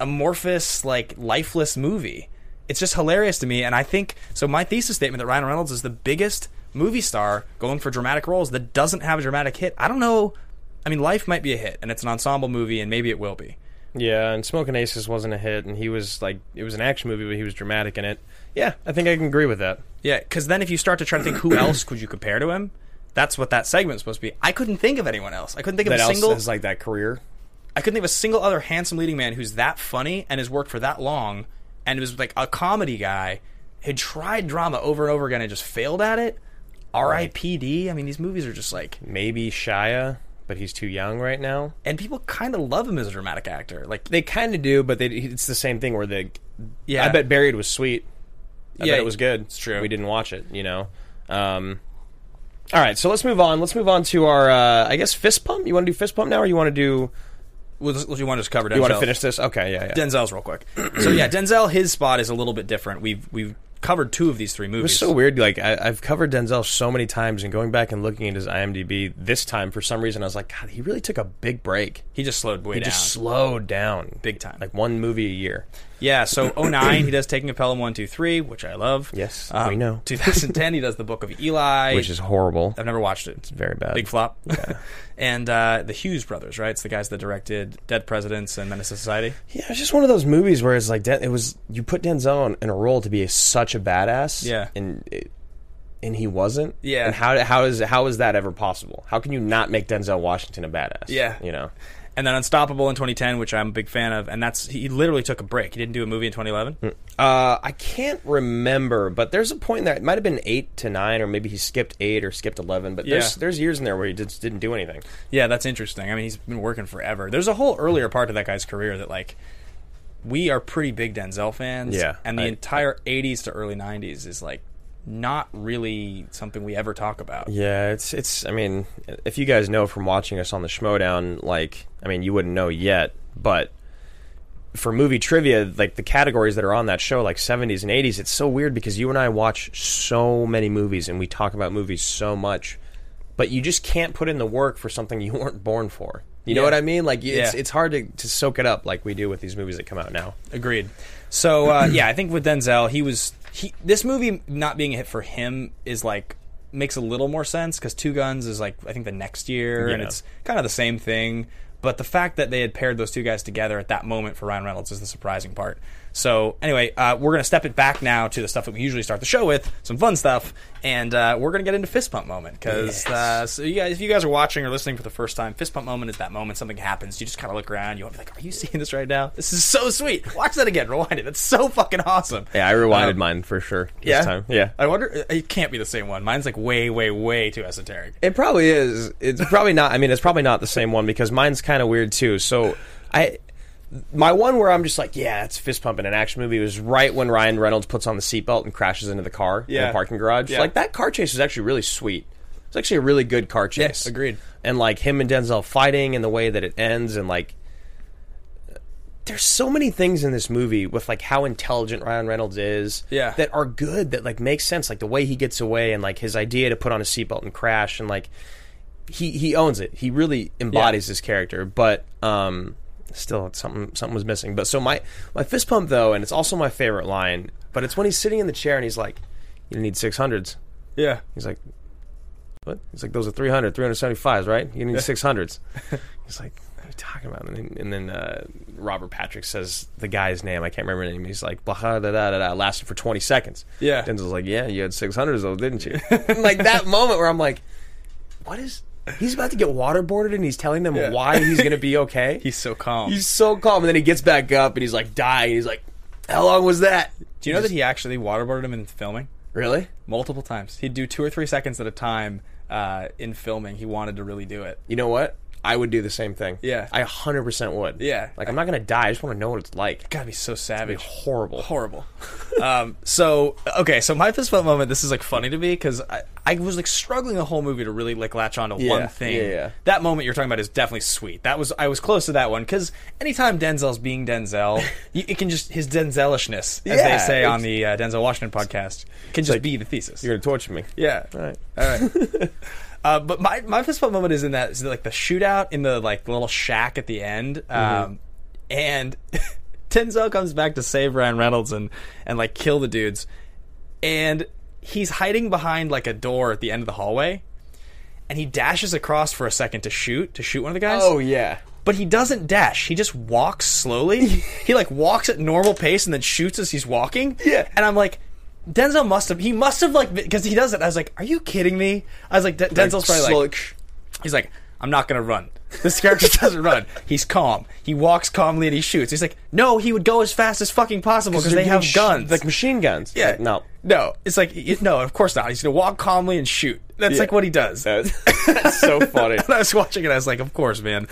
[SPEAKER 1] amorphous, like lifeless movie. It's just hilarious to me, and I think so. My thesis statement that Ryan Reynolds is the biggest movie star going for dramatic roles that doesn't have a dramatic hit. I don't know. I mean, Life might be a hit, and it's an ensemble movie, and maybe it will be.
[SPEAKER 3] Yeah, and Smoking Aces wasn't a hit, and he was like, it was an action movie, but he was dramatic in it. Yeah, I think I can agree with that.
[SPEAKER 1] Yeah, because then if you start to try to think who else could you compare to him, that's what that segment's supposed to be. I couldn't think of anyone else. I couldn't think
[SPEAKER 3] that
[SPEAKER 1] of a
[SPEAKER 3] else
[SPEAKER 1] single.
[SPEAKER 3] is like that career.
[SPEAKER 1] I couldn't think of a single other handsome leading man who's that funny and has worked for that long and was like a comedy guy who tried drama over and over again and just failed at it. R.I.P.D. I mean, these movies are just like,
[SPEAKER 3] Maybe Shia, but he's too young right now.
[SPEAKER 1] and people kind of love him as a dramatic actor. Like,
[SPEAKER 3] They kind of do, but they, it's the same thing where they.
[SPEAKER 1] Yeah.
[SPEAKER 3] I bet Buried was sweet. I
[SPEAKER 1] Yeah,
[SPEAKER 3] bet it was good.
[SPEAKER 1] it's true.
[SPEAKER 3] We didn't watch it, you know. Um, all right, so let's move on. Let's move on to our, uh, I guess, fist pump. You want to do fist pump now, or you want to do?
[SPEAKER 1] well, this- you want to just cover?
[SPEAKER 3] You want
[SPEAKER 1] Denzel?
[SPEAKER 3] to finish this? Okay, yeah, yeah.
[SPEAKER 1] Denzel's real quick. so yeah, Denzel, his spot is a little bit different. We've we've covered two of these three
[SPEAKER 3] It was
[SPEAKER 1] movies.
[SPEAKER 3] so weird. Like I, I've covered Denzel so many times, and going back and looking at his IMDb this time, for some reason, I was like, God, he really took a big break.
[SPEAKER 1] he just slowed way
[SPEAKER 3] He
[SPEAKER 1] down.
[SPEAKER 3] just slowed down
[SPEAKER 1] Big time.
[SPEAKER 3] like one movie a year.
[SPEAKER 1] Yeah, so 09, he does Taking a Pelham 123, which I love. Um,
[SPEAKER 3] Yes, we know.
[SPEAKER 1] 2010, he does The Book of Eli.
[SPEAKER 3] Which is horrible.
[SPEAKER 1] I've never watched it. It's
[SPEAKER 3] very bad.
[SPEAKER 1] Big flop. and uh, the Hughes brothers, right? It's the guys that directed Dead Presidents and Menace to Society.
[SPEAKER 3] Yeah, it's just one of those movies where it's like Den- it was you put Denzel in, in a role to be such a badass.
[SPEAKER 1] Yeah.
[SPEAKER 3] and it, and he wasn't.
[SPEAKER 1] Yeah.
[SPEAKER 3] and how how is how is that ever possible? How can you not make Denzel Washington a badass?
[SPEAKER 1] Yeah.
[SPEAKER 3] you know.
[SPEAKER 1] And then Unstoppable in 2010, which I'm a big fan of. And that's he literally took a break. He didn't do a movie in 2011.
[SPEAKER 3] Uh, I can't remember, but there's a point there. It might have been eight to nine, or maybe he skipped eight or skipped eleven. But there's
[SPEAKER 1] Yeah.
[SPEAKER 3] there's years in there where he just didn't do anything.
[SPEAKER 1] Yeah, that's interesting. I mean, he's been working forever. There's a whole earlier part of that guy's career that like we are pretty big Denzel fans.
[SPEAKER 3] Yeah,
[SPEAKER 1] and the
[SPEAKER 3] I-
[SPEAKER 1] entire '80s to early '90s is like not really something we ever talk about.
[SPEAKER 3] Yeah, it's it's. I mean, if you guys know from watching us on the Schmodown, like, I mean, you wouldn't know yet, but for movie trivia, like the categories that are on that show, like seventies and eighties, it's so weird because you and I watch so many movies and we talk about movies so much, but you just can't put in the work for something you weren't born for. You know
[SPEAKER 1] Yeah.
[SPEAKER 3] what I mean? Like, you- it's
[SPEAKER 1] Yeah.
[SPEAKER 3] it's hard to, to soak it up like we do with these movies that come out now.
[SPEAKER 1] Agreed. So uh, yeah, I think with Denzel, he was he. This movie not being a hit for him is like makes a little more sense because Two Guns is like I think the next year, and
[SPEAKER 3] Yeah.
[SPEAKER 1] it's kind of the same thing. But the fact that they had paired those two guys together at that moment for Ryan Reynolds is the surprising part. So anyway, uh, we're gonna step it back now to the stuff that we usually start the show with, some fun stuff, and uh, we're gonna get into fist pump moment because uh, so you guys, if you guys are watching or listening for the first time, fist pump moment is that moment something happens, you just kind of look around, you want to be like, are you seeing this right now? This is so sweet. Watch that again, rewind it. That's so fucking awesome.
[SPEAKER 3] Yeah, I rewinded
[SPEAKER 1] Um,
[SPEAKER 3] mine for sure. This
[SPEAKER 1] yeah,
[SPEAKER 3] time. yeah.
[SPEAKER 1] I wonder. uh, It can't be the same one. Mine's like way, way, way too esoteric.
[SPEAKER 3] It probably is. It's probably not. I mean, it's probably not the same one because mine's kind of weird too. So, I my one where I'm just like, yeah, it's fist pumping an action movie was right when Ryan Reynolds puts on the seatbelt and crashes into the car in
[SPEAKER 1] Yeah.
[SPEAKER 3] the parking garage.
[SPEAKER 1] Yeah.
[SPEAKER 3] Like that car chase is actually really sweet. It's actually a really good car chase.
[SPEAKER 1] Yeah, agreed.
[SPEAKER 3] And like him and Denzel fighting and the way that it ends and like there's so many things in this movie with like how intelligent Ryan Reynolds is
[SPEAKER 1] Yeah.
[SPEAKER 3] that are good that like make sense like the way he gets away and like his idea to put on a seatbelt and crash and like he he owns it he really embodies his character but um still something something was missing but so my my fist pump though and it's also my favorite line but it's when he's sitting in the chair and he's like you need 600s
[SPEAKER 1] Yeah.
[SPEAKER 3] He's like, what? He's like, those are 300, 375s, right? You need 600s. He's like, what are you talking about? And then, and then uh, Robert Patrick says the guy's name. I can't remember his name. He's like, blah, da, da, da, da. Lasted for 20 seconds.
[SPEAKER 1] Yeah.
[SPEAKER 3] Denzel's like, yeah, you had 600s though, didn't you? like that moment where I'm like, what is. He's about to get waterboarded and he's telling them
[SPEAKER 1] Yeah.
[SPEAKER 3] why he's going to be okay.
[SPEAKER 1] He's so calm.
[SPEAKER 3] He's so calm. And then he gets back up and he's like, die. And he's like, how long was that?
[SPEAKER 1] Do you know that he actually waterboarded him in filming?
[SPEAKER 3] Really?
[SPEAKER 1] multiple times. He'd do two or three seconds at a time uh, in filming. He wanted to really do it.
[SPEAKER 3] You know what? I would do the same thing.
[SPEAKER 1] Yeah.
[SPEAKER 3] I 100% would.
[SPEAKER 1] Yeah.
[SPEAKER 3] Like, I'm not going to die. I just want to know what it's like.
[SPEAKER 1] Gotta be so savage.
[SPEAKER 3] horrible.
[SPEAKER 1] Horrible. um, so, okay, so my fist bump moment, this is like funny to me because I, I was like struggling the whole movie to really like latch on to
[SPEAKER 3] Yeah,
[SPEAKER 1] one thing.
[SPEAKER 3] yeah, yeah.
[SPEAKER 1] That moment you're talking about is definitely sweet. That was, I was close to that one because anytime Denzel's being Denzel, you, it can just, his Denzelishness, as
[SPEAKER 3] Yeah,
[SPEAKER 1] they say on
[SPEAKER 3] it's-
[SPEAKER 1] the uh, Denzel Washington podcast, can just be the thesis.
[SPEAKER 3] You're going to torture me.
[SPEAKER 1] Yeah.
[SPEAKER 3] All right.
[SPEAKER 1] All right. Uh, but my my fist bump moment is in that is like the shootout in the like little shack at the end, um, and Denzel comes back to save Ryan Reynolds and and like kill the dudes, and he's hiding behind like a door at the end of the hallway, and he dashes across for a second to shoot to shoot one of the guys.
[SPEAKER 3] Oh, yeah.
[SPEAKER 1] But he doesn't dash. He just walks slowly. he like walks at normal pace and then shoots as he's walking.
[SPEAKER 3] Yeah.
[SPEAKER 1] And I'm like, Denzel must have. He must have like because he does it. I was like, are you kidding me? I was like, De- Denzel's probably
[SPEAKER 3] slow-
[SPEAKER 1] like, he's like, I'm not gonna run. This character doesn't run. He's calm. He walks calmly and he shoots. He's like, no, he would go as fast as fucking possible because
[SPEAKER 3] they're
[SPEAKER 1] they
[SPEAKER 3] giving
[SPEAKER 1] have
[SPEAKER 3] sh-
[SPEAKER 1] guns.
[SPEAKER 3] Like machine guns.
[SPEAKER 1] yeah,
[SPEAKER 3] Like, no.
[SPEAKER 1] no. It's like, y- no, of course not. He's gonna walk calmly and shoot. That's
[SPEAKER 3] Yeah.
[SPEAKER 1] like what he does.
[SPEAKER 3] That's that's so funny.
[SPEAKER 1] And I was watching it. I was like, of course, man.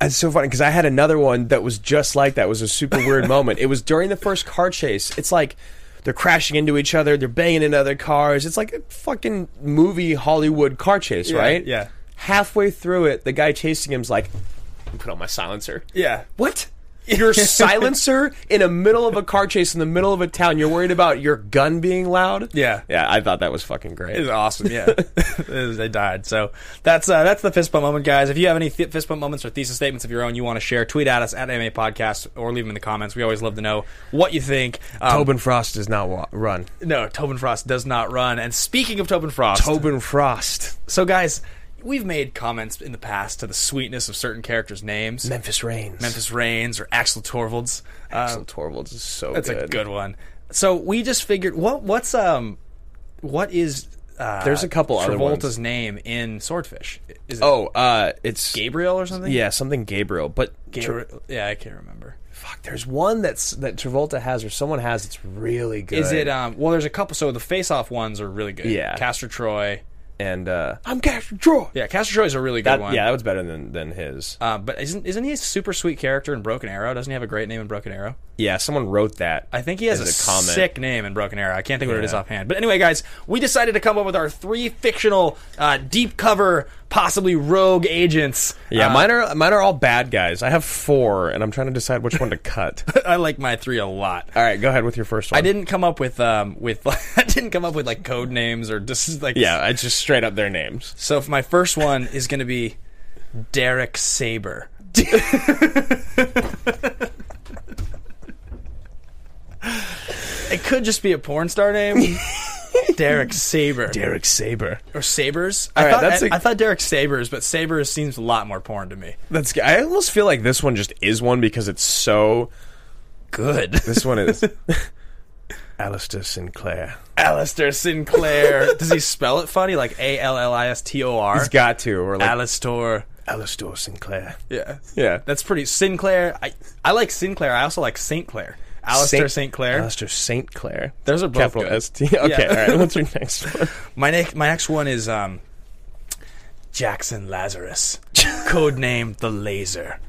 [SPEAKER 3] It's so funny because I had another one that was just like that. It was a super weird moment. It was during the first car chase. It's like they're crashing into each other. They're banging into other cars. It's like a fucking movie Hollywood car chase, right?
[SPEAKER 1] yeah.
[SPEAKER 3] Halfway through it, the guy chasing him's like, "Put on my silencer."
[SPEAKER 1] Yeah.
[SPEAKER 3] What? Your silencer in the middle of a car chase in the middle of a town. You're worried about your gun being loud.
[SPEAKER 1] Yeah. um,
[SPEAKER 3] Yeah. I thought that was fucking great.
[SPEAKER 1] It was awesome. Yeah, It was- they died. So that's uh, that's the fist bump moment, guys. If you have any th- fist bump moments or thesis statements of your own you want to share, tweet at us at MA Podcast or leave them in the comments. We always love to know what you think. Um,
[SPEAKER 3] Tobin Frost does not wa- run.
[SPEAKER 1] no, Tobin Frost does not run. And speaking of Tobin Frost,
[SPEAKER 3] Tobin Frost.
[SPEAKER 1] so guys, we've made comments in the past to the sweetness of certain characters' names,
[SPEAKER 3] Memphis Reigns.
[SPEAKER 1] Memphis Reigns or Axel Torvalds.
[SPEAKER 3] Axel Torvalds is so
[SPEAKER 1] That's
[SPEAKER 3] good.
[SPEAKER 1] a good one. So we just figured what what's um what is uh,
[SPEAKER 3] There's a couple other
[SPEAKER 1] Travolta's
[SPEAKER 3] ones.
[SPEAKER 1] name in Swordfish. Is it
[SPEAKER 3] Oh, uh, it's
[SPEAKER 1] Gabriel or something?
[SPEAKER 3] Yeah, something Gabriel. But Tra-
[SPEAKER 1] Gabri- yeah, I can't remember.
[SPEAKER 3] fuck, there's one that's that Travolta has or someone has. It's really good.
[SPEAKER 1] Is it um well there's a couple so the face off ones are really good.
[SPEAKER 3] Yeah.
[SPEAKER 1] Castor Troy.
[SPEAKER 3] and uh, I'm Castor Troy.
[SPEAKER 1] Yeah, Castor Troy's a really good
[SPEAKER 3] that,
[SPEAKER 1] one.
[SPEAKER 3] yeah, that was better than than his.
[SPEAKER 1] Uh, but isn't isn't he a super sweet character in Broken Arrow? Doesn't he have a great name in Broken Arrow?
[SPEAKER 3] yeah, someone wrote that.
[SPEAKER 1] I think he has a,
[SPEAKER 3] as comment.
[SPEAKER 1] sick name in Broken Arrow. I can't think what it is
[SPEAKER 3] Yeah.
[SPEAKER 1] offhand. But anyway, guys, we decided to come up with our three fictional, uh, deep cover, possibly rogue agents.
[SPEAKER 3] Yeah,
[SPEAKER 1] Uh,
[SPEAKER 3] mine are mine are all bad guys. I have four, and I'm trying to decide which one to cut.
[SPEAKER 1] I like my three a lot.
[SPEAKER 3] all right, go ahead with your first one.
[SPEAKER 1] I didn't come up with um with I didn't come up with like code names or just like
[SPEAKER 3] Yeah, I just straight up their names.
[SPEAKER 1] So if my first one is going to be Derek Saber. it could just be a porn star name. Derek Saber.
[SPEAKER 3] Derek Saber.
[SPEAKER 1] or Sabers.
[SPEAKER 3] All
[SPEAKER 1] I,
[SPEAKER 3] right,
[SPEAKER 1] thought,
[SPEAKER 3] that's
[SPEAKER 1] I,
[SPEAKER 3] a-
[SPEAKER 1] I thought Derek Sabers, but Sabers seems a lot more porn to me.
[SPEAKER 3] That's. I almost feel like this one just is one because it's so
[SPEAKER 1] Good.
[SPEAKER 3] This one is Alistair Sinclair.
[SPEAKER 1] Alistair Sinclair. Does he spell it funny? Like A L L I S T O R?
[SPEAKER 3] He's got to, or like
[SPEAKER 1] Alistair.
[SPEAKER 3] Alistair Sinclair.
[SPEAKER 1] Yeah.
[SPEAKER 3] Yeah.
[SPEAKER 1] That's pretty. Sinclair. I, I like Sinclair. I also like St. Clair. Alistair St. Clair.
[SPEAKER 3] Alistair St. Clair.
[SPEAKER 1] Those are both
[SPEAKER 3] Capital
[SPEAKER 1] good.
[SPEAKER 3] S T. Okay,
[SPEAKER 1] Yeah.
[SPEAKER 3] all right. What's your next one?
[SPEAKER 1] My next, my next one is um, Jackson Lazarus, codename the Laser.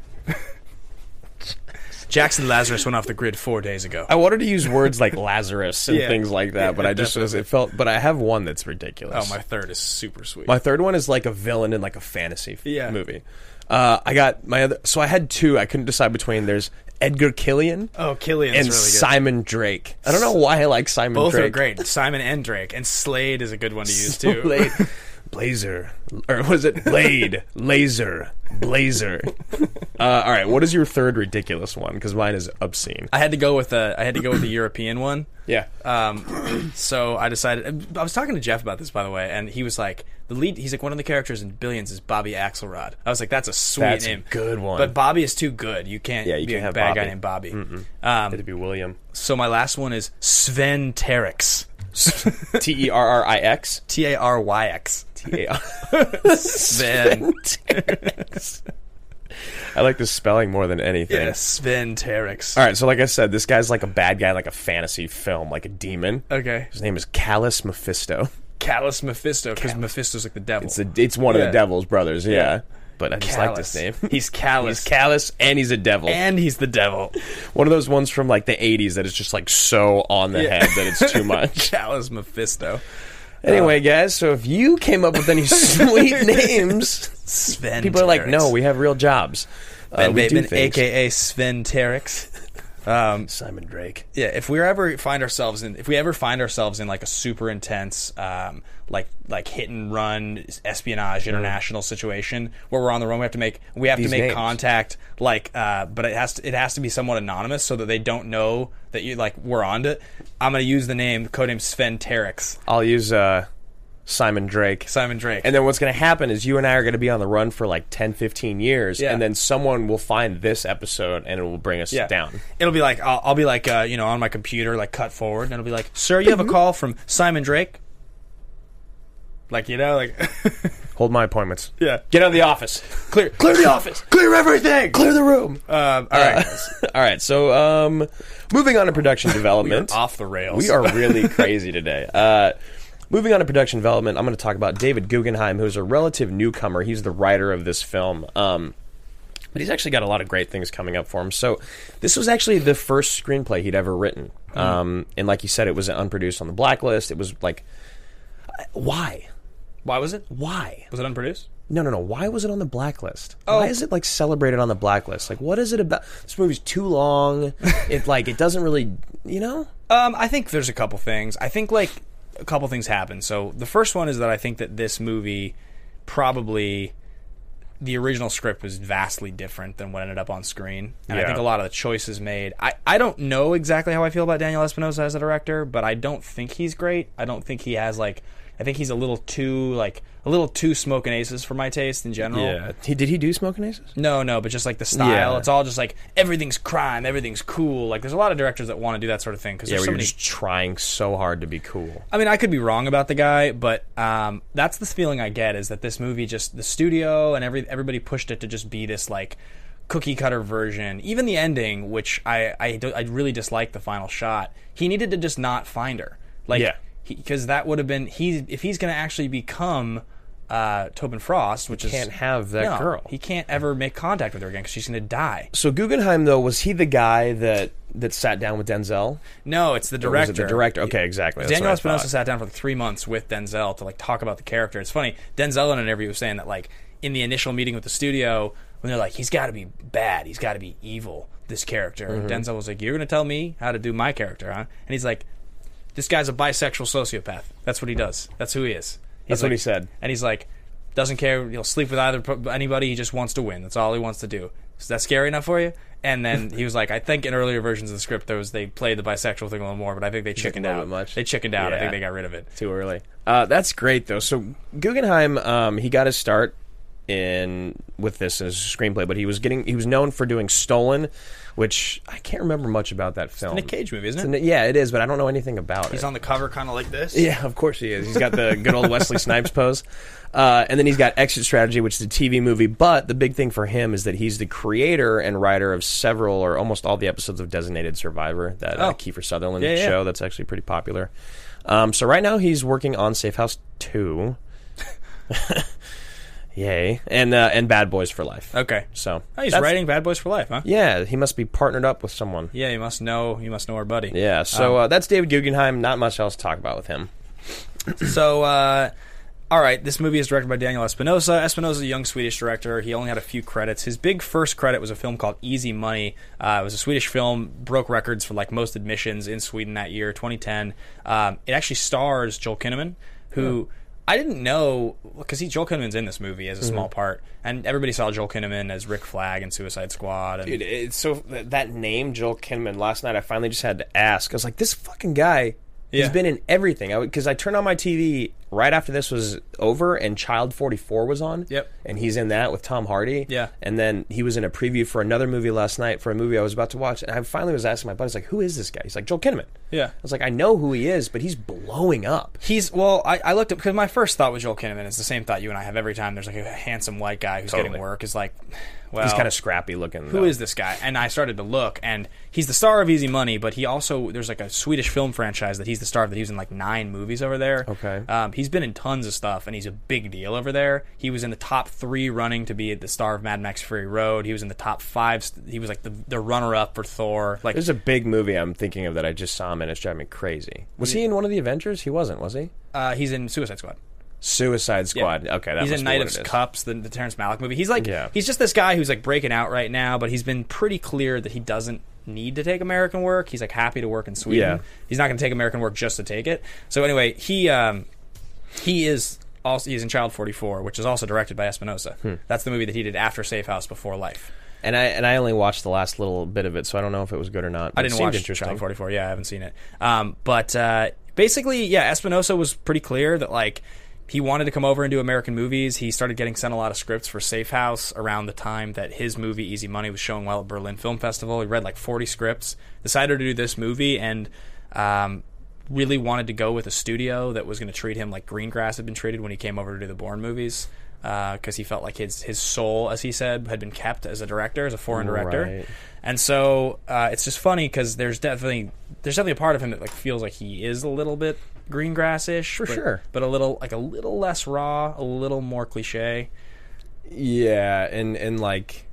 [SPEAKER 1] Jackson Lazarus went off the grid four days ago.
[SPEAKER 3] I wanted to use words like Lazarus and
[SPEAKER 1] Yeah.
[SPEAKER 3] things like that, but I just was, it felt. But I have one that's
[SPEAKER 1] Oh,
[SPEAKER 3] ridiculous.
[SPEAKER 1] my third is super sweet.
[SPEAKER 3] My third one is like a villain in like a fantasy f-
[SPEAKER 1] Yeah.
[SPEAKER 3] movie. Uh, I got my other. So I had two. I couldn't decide between. There's Edgar Killian.
[SPEAKER 1] Oh, Killian's
[SPEAKER 3] and
[SPEAKER 1] really good.
[SPEAKER 3] Simon Drake. I don't know why I like Simon.
[SPEAKER 1] Both
[SPEAKER 3] Drake.
[SPEAKER 1] are great. Simon and Drake, and Slade is a good one to use too.
[SPEAKER 3] Blade, Blazer, or was it Blade, Laser, Blazer? Uh, all right, what is your third ridiculous one? Because mine is obscene.
[SPEAKER 1] I had to go with a I had to go with the European one.
[SPEAKER 3] yeah,
[SPEAKER 1] Um, so I decided. I was talking to Jeff about this, by the way, and he was like, "The lead." He's like, "One of the characters in Billions is Bobby Axelrod." I was like, "That's a sweet
[SPEAKER 3] That's a
[SPEAKER 1] name,
[SPEAKER 3] good one.
[SPEAKER 1] But Bobby is too good. You can't.
[SPEAKER 3] Yeah, you
[SPEAKER 1] be
[SPEAKER 3] can't
[SPEAKER 1] a
[SPEAKER 3] have
[SPEAKER 1] bad guy
[SPEAKER 3] Bobby.
[SPEAKER 1] named Bobby.
[SPEAKER 3] it'd
[SPEAKER 1] Um,
[SPEAKER 3] be William.
[SPEAKER 1] so my last one is Sven Terex.
[SPEAKER 3] T e r r i x.
[SPEAKER 1] T A R Y X.
[SPEAKER 3] T a r.
[SPEAKER 1] Sven.
[SPEAKER 3] I like the spelling more than anything.
[SPEAKER 1] Yeah, Sven Terex.
[SPEAKER 3] All right, so like I said, this guy's like a bad guy, in, like a fantasy film, like a demon.
[SPEAKER 1] Okay.
[SPEAKER 3] His name is Callus Mephisto.
[SPEAKER 1] Callus Mephisto because Mephisto's like the devil.
[SPEAKER 3] It's a, it's one of
[SPEAKER 1] Yeah.
[SPEAKER 3] the devil's brothers. Yeah.
[SPEAKER 1] Yeah.
[SPEAKER 3] But I just like this name.
[SPEAKER 1] Callous. He's callous.
[SPEAKER 3] He's callous and he's a devil.
[SPEAKER 1] and he's the devil.
[SPEAKER 3] one of those ones from like the 80s that is just like so on the
[SPEAKER 1] Yeah.
[SPEAKER 3] head that it's too much.
[SPEAKER 1] Callous Mephisto.
[SPEAKER 3] Anyway, guys, so if you came up with any sweet names,
[SPEAKER 1] Sven.
[SPEAKER 3] people are like,
[SPEAKER 1] Terex.
[SPEAKER 3] no, we have real jobs. Uh,
[SPEAKER 1] Ben
[SPEAKER 3] we do
[SPEAKER 1] Bateman,
[SPEAKER 3] things.
[SPEAKER 1] aka Sven Terex. Um,
[SPEAKER 3] Simon Drake.
[SPEAKER 1] yeah, if we ever find ourselves in, if we ever find ourselves in like a super intense, um, like like hit and run espionage international situation where we're on the run, we have to make we have
[SPEAKER 3] These
[SPEAKER 1] to make
[SPEAKER 3] names.
[SPEAKER 1] contact. Like, uh, but it has to it has to be somewhat anonymous so that they don't know that you like we're on to. it. I'm gonna use the name codename Sven Terex,
[SPEAKER 3] I'll use uh, Simon Drake.
[SPEAKER 1] Simon Drake.
[SPEAKER 3] And then what's going to happen is you and I are going to be on the run for like 10, 15 years,
[SPEAKER 1] Yeah.
[SPEAKER 3] and then someone will find this episode and it will bring us down.
[SPEAKER 1] It'll be like I'll, I'll be like uh, you know on my computer like cut forward and it'll be like, sir, you have a call from Simon Drake. Like you know like
[SPEAKER 3] Hold my appointments.
[SPEAKER 1] yeah
[SPEAKER 3] Get out of the office.
[SPEAKER 1] clear
[SPEAKER 3] Clear the office. Clear everything. Clear the room.
[SPEAKER 1] um, all right guys.
[SPEAKER 3] All right. So, um, moving on to production development.
[SPEAKER 1] off the rails
[SPEAKER 3] We are really crazy today. Uh, moving on to production development, I'm going to talk about David Guggenheim, who's a relative newcomer. He's the writer of this film. Um, but he's actually got a lot of great things coming up for him. So, this was actually the first screenplay he'd ever written. Um, and like you said, it was unproduced on the blacklist. It was like, uh, why?
[SPEAKER 1] why was it
[SPEAKER 3] Why?
[SPEAKER 1] was it unproduced
[SPEAKER 3] No, no, no. Why was it on the blacklist? Why is it like celebrated on the blacklist? Like, what is it about? This movie's too long. it like it doesn't really, you know.
[SPEAKER 1] um I think there's a couple things I think like a couple things happen so the first one is that I think that this movie probably the original script was vastly different than what ended up on screen. And I
[SPEAKER 3] Yeah.
[SPEAKER 1] think a lot of the choices made. I, I don't know exactly how I feel about Daniel Espinosa as a director, but I don't think he's great. I don't think he has like I think he's a little too like a little too smoke and aces for my taste in general.
[SPEAKER 3] He, did he do Smoking Aces?
[SPEAKER 1] No, no, but just like the style.
[SPEAKER 3] Yeah.
[SPEAKER 1] It's all just like everything's crime, everything's cool. Like there's a lot of directors that want to do that sort of thing because
[SPEAKER 3] Yeah,
[SPEAKER 1] there's
[SPEAKER 3] we
[SPEAKER 1] so
[SPEAKER 3] were
[SPEAKER 1] many
[SPEAKER 3] just trying so hard to be cool.
[SPEAKER 1] I mean, I could be wrong about the guy, but um, that's the feeling I get is that this movie just the studio and every everybody pushed it to just be this like cookie cutter version. Even the ending, which I I, do- I really dislike the final shot. He needed to just not find her, like
[SPEAKER 3] Yeah.
[SPEAKER 1] because that would have been he if he's going to actually become uh, Tobin Frost, which is
[SPEAKER 3] can't have that
[SPEAKER 1] No,
[SPEAKER 3] girl.
[SPEAKER 1] He can't ever make contact with her again because she's going to die.
[SPEAKER 3] So Guggenheim though, was he the guy that that sat down with Denzel?
[SPEAKER 1] No, it's the
[SPEAKER 3] Or was
[SPEAKER 1] director.
[SPEAKER 3] it the director. Okay, exactly. That's
[SPEAKER 1] Daniel
[SPEAKER 3] what I thought.
[SPEAKER 1] Espinosa sat down for like three months with Denzel to like talk about the character. It's funny. Denzel in an interview was saying that like in the initial meeting with the studio, when they're like, he's got to be bad, he's got to be evil, this character. And
[SPEAKER 3] Mm-hmm.
[SPEAKER 1] Denzel was like, you're gonna tell me how to do my character, huh? And he's like, this guy's a bisexual sociopath. That's what he does. That's who he is. He's
[SPEAKER 3] That's what
[SPEAKER 1] like-
[SPEAKER 3] he said.
[SPEAKER 1] And he's like, doesn't care. He'll sleep with either pro- anybody. He just wants to win. That's all he wants to do. Is that scary enough for you? And then he was like, I think in earlier versions of the script, there was they played the bisexual thing a little more, but I think they
[SPEAKER 3] like,
[SPEAKER 1] chickened
[SPEAKER 3] a little
[SPEAKER 1] out.
[SPEAKER 3] bit much.
[SPEAKER 1] They chickened out. I
[SPEAKER 3] Yeah.
[SPEAKER 1] think they got rid of it.
[SPEAKER 3] too early. Uh, that's great though. So Guggenheim, um, he got his start in with this as a screenplay, but he was getting he was known for doing Stolen, which I can't remember much about that film.
[SPEAKER 1] Nick Cage movie, isn't
[SPEAKER 3] It's a
[SPEAKER 1] it?
[SPEAKER 3] Nick- yeah, it is, but I don't know anything about
[SPEAKER 1] He's
[SPEAKER 3] it.
[SPEAKER 1] on the cover, kind of like this.
[SPEAKER 3] yeah, of course he is. He's got the good old Wesley Snipes pose. Uh, and then he's got Exit Strategy, which is a TV movie. But the big thing for him is that he's the creator and writer of several or almost all the episodes of Designated Survivor, that uh,
[SPEAKER 1] Oh.
[SPEAKER 3] Kiefer Sutherland
[SPEAKER 1] Yeah, yeah.
[SPEAKER 3] show that's actually pretty popular. Um, so right now he's working on Safe House 2. Yay. And, uh, and Bad Boys for Life.
[SPEAKER 1] Okay.
[SPEAKER 3] So
[SPEAKER 1] Oh, he's
[SPEAKER 3] that's-
[SPEAKER 1] writing Bad Boys for Life, huh?
[SPEAKER 3] Yeah, he must be partnered up with someone.
[SPEAKER 1] Yeah, Oh. you must know. You must know our buddy.
[SPEAKER 3] Yeah, so uh, that's David Guggenheim. Not much else to talk about with him.
[SPEAKER 1] So, uh, all right, this movie is directed by Daniel Espinosa. Espinosa, a young Swedish director. He only had a few credits. His big first credit was a film called Easy Money. Uh, it was a Swedish film, broke records for like most admissions in Sweden that year, 2010. Um, it actually stars Joel Kinnaman, who. I didn't know because he Joel Kinnaman's in this movie as a small
[SPEAKER 3] Mm-hmm.
[SPEAKER 1] part, and everybody saw Joel Kinnaman as Rick Flag in Suicide Squad. And
[SPEAKER 3] Dude, it's so that that name Joel Kinnaman. Last night, I finally just had to ask. I was like, this fucking guy.
[SPEAKER 1] Yeah.
[SPEAKER 3] He's been in everything. Because I, turned on my TV right after this was over, and Child Forty Four was on.
[SPEAKER 1] Yep.
[SPEAKER 3] And he's in that with Tom Hardy.
[SPEAKER 1] Yeah.
[SPEAKER 3] And then he was in a preview for another movie last night for a movie I was about to watch, and I finally was asking my buddies like, who is this guy? He's like Joel Kinnaman.
[SPEAKER 1] Yeah.
[SPEAKER 3] I was like, I know who he is, but he's blowing up.
[SPEAKER 1] He's well. I, I looked up because my first thought was Joel Kinnaman. It's the same thought you and I have every time. There's like a handsome white guy who's
[SPEAKER 3] Totally.
[SPEAKER 1] getting work. Is like, well,
[SPEAKER 3] He's kind of scrappy looking.
[SPEAKER 1] Oh. Who is this guy? And I started to look, and he's the star of Easy Money, but he also there's like a Swedish film franchise that he's the star of that he's in like nine movies over there.
[SPEAKER 3] Okay.
[SPEAKER 1] um, He's been in tons of stuff, and he's a big deal over there. He was in the top three running to be at the star of Mad Max Fury Road. He was in the top five. st- He was like the, the runner up for Thor. Like
[SPEAKER 3] There's a big movie I'm thinking of that I just saw him in. It's driving me crazy.
[SPEAKER 1] Hmm.
[SPEAKER 3] Was he in one of the Avengers? He wasn't, was he?
[SPEAKER 1] uh, he's in Suicide Squad.
[SPEAKER 3] Suicide Squad.
[SPEAKER 1] Yeah.
[SPEAKER 3] Okay, that
[SPEAKER 1] he's
[SPEAKER 3] must
[SPEAKER 1] in
[SPEAKER 3] be
[SPEAKER 1] Knight
[SPEAKER 3] what
[SPEAKER 1] of
[SPEAKER 3] it is.
[SPEAKER 1] Cups, the, the Terrence Malick movie. He's like,
[SPEAKER 3] Yeah.
[SPEAKER 1] he's just this guy who's like breaking out right now, but he's been pretty clear that he doesn't need to take American work. He's like happy to work in Sweden.
[SPEAKER 3] Yeah.
[SPEAKER 1] He's not going to take American work just to take it. So anyway, he um, he is also he's in Child 44, which is also directed by Espinosa.
[SPEAKER 3] Hmm.
[SPEAKER 1] That's the movie that he did after Safe House, before Life.
[SPEAKER 3] And I and I only watched the last little bit of it, so I don't know if it was good or not. but
[SPEAKER 1] I
[SPEAKER 3] it
[SPEAKER 1] didn't
[SPEAKER 3] seemed
[SPEAKER 1] watch
[SPEAKER 3] interesting.
[SPEAKER 1] Child 44. Yeah, I haven't seen it. Um, but uh, basically, yeah, Espinosa was pretty clear that like he wanted to come over and do American movies. He started getting sent a lot of scripts for Safe House around the time that his movie Easy Money was showing well at Berlin Film Festival. He read like 40 scripts, decided to do this movie, and um, really wanted to go with a studio that was going to treat him like Greengrass had been treated when he came over to do the Bourne movies. Because he felt like his his soul, as he said, had been kept as a director, as a foreign director,
[SPEAKER 3] Right.
[SPEAKER 1] and so uh, it's just funny because there's definitely there's definitely a part of him that like feels like he is a little bit greengrass-ish for
[SPEAKER 3] sure.
[SPEAKER 1] but a little like a little less raw, a little more cliche.
[SPEAKER 3] Yeah, and and like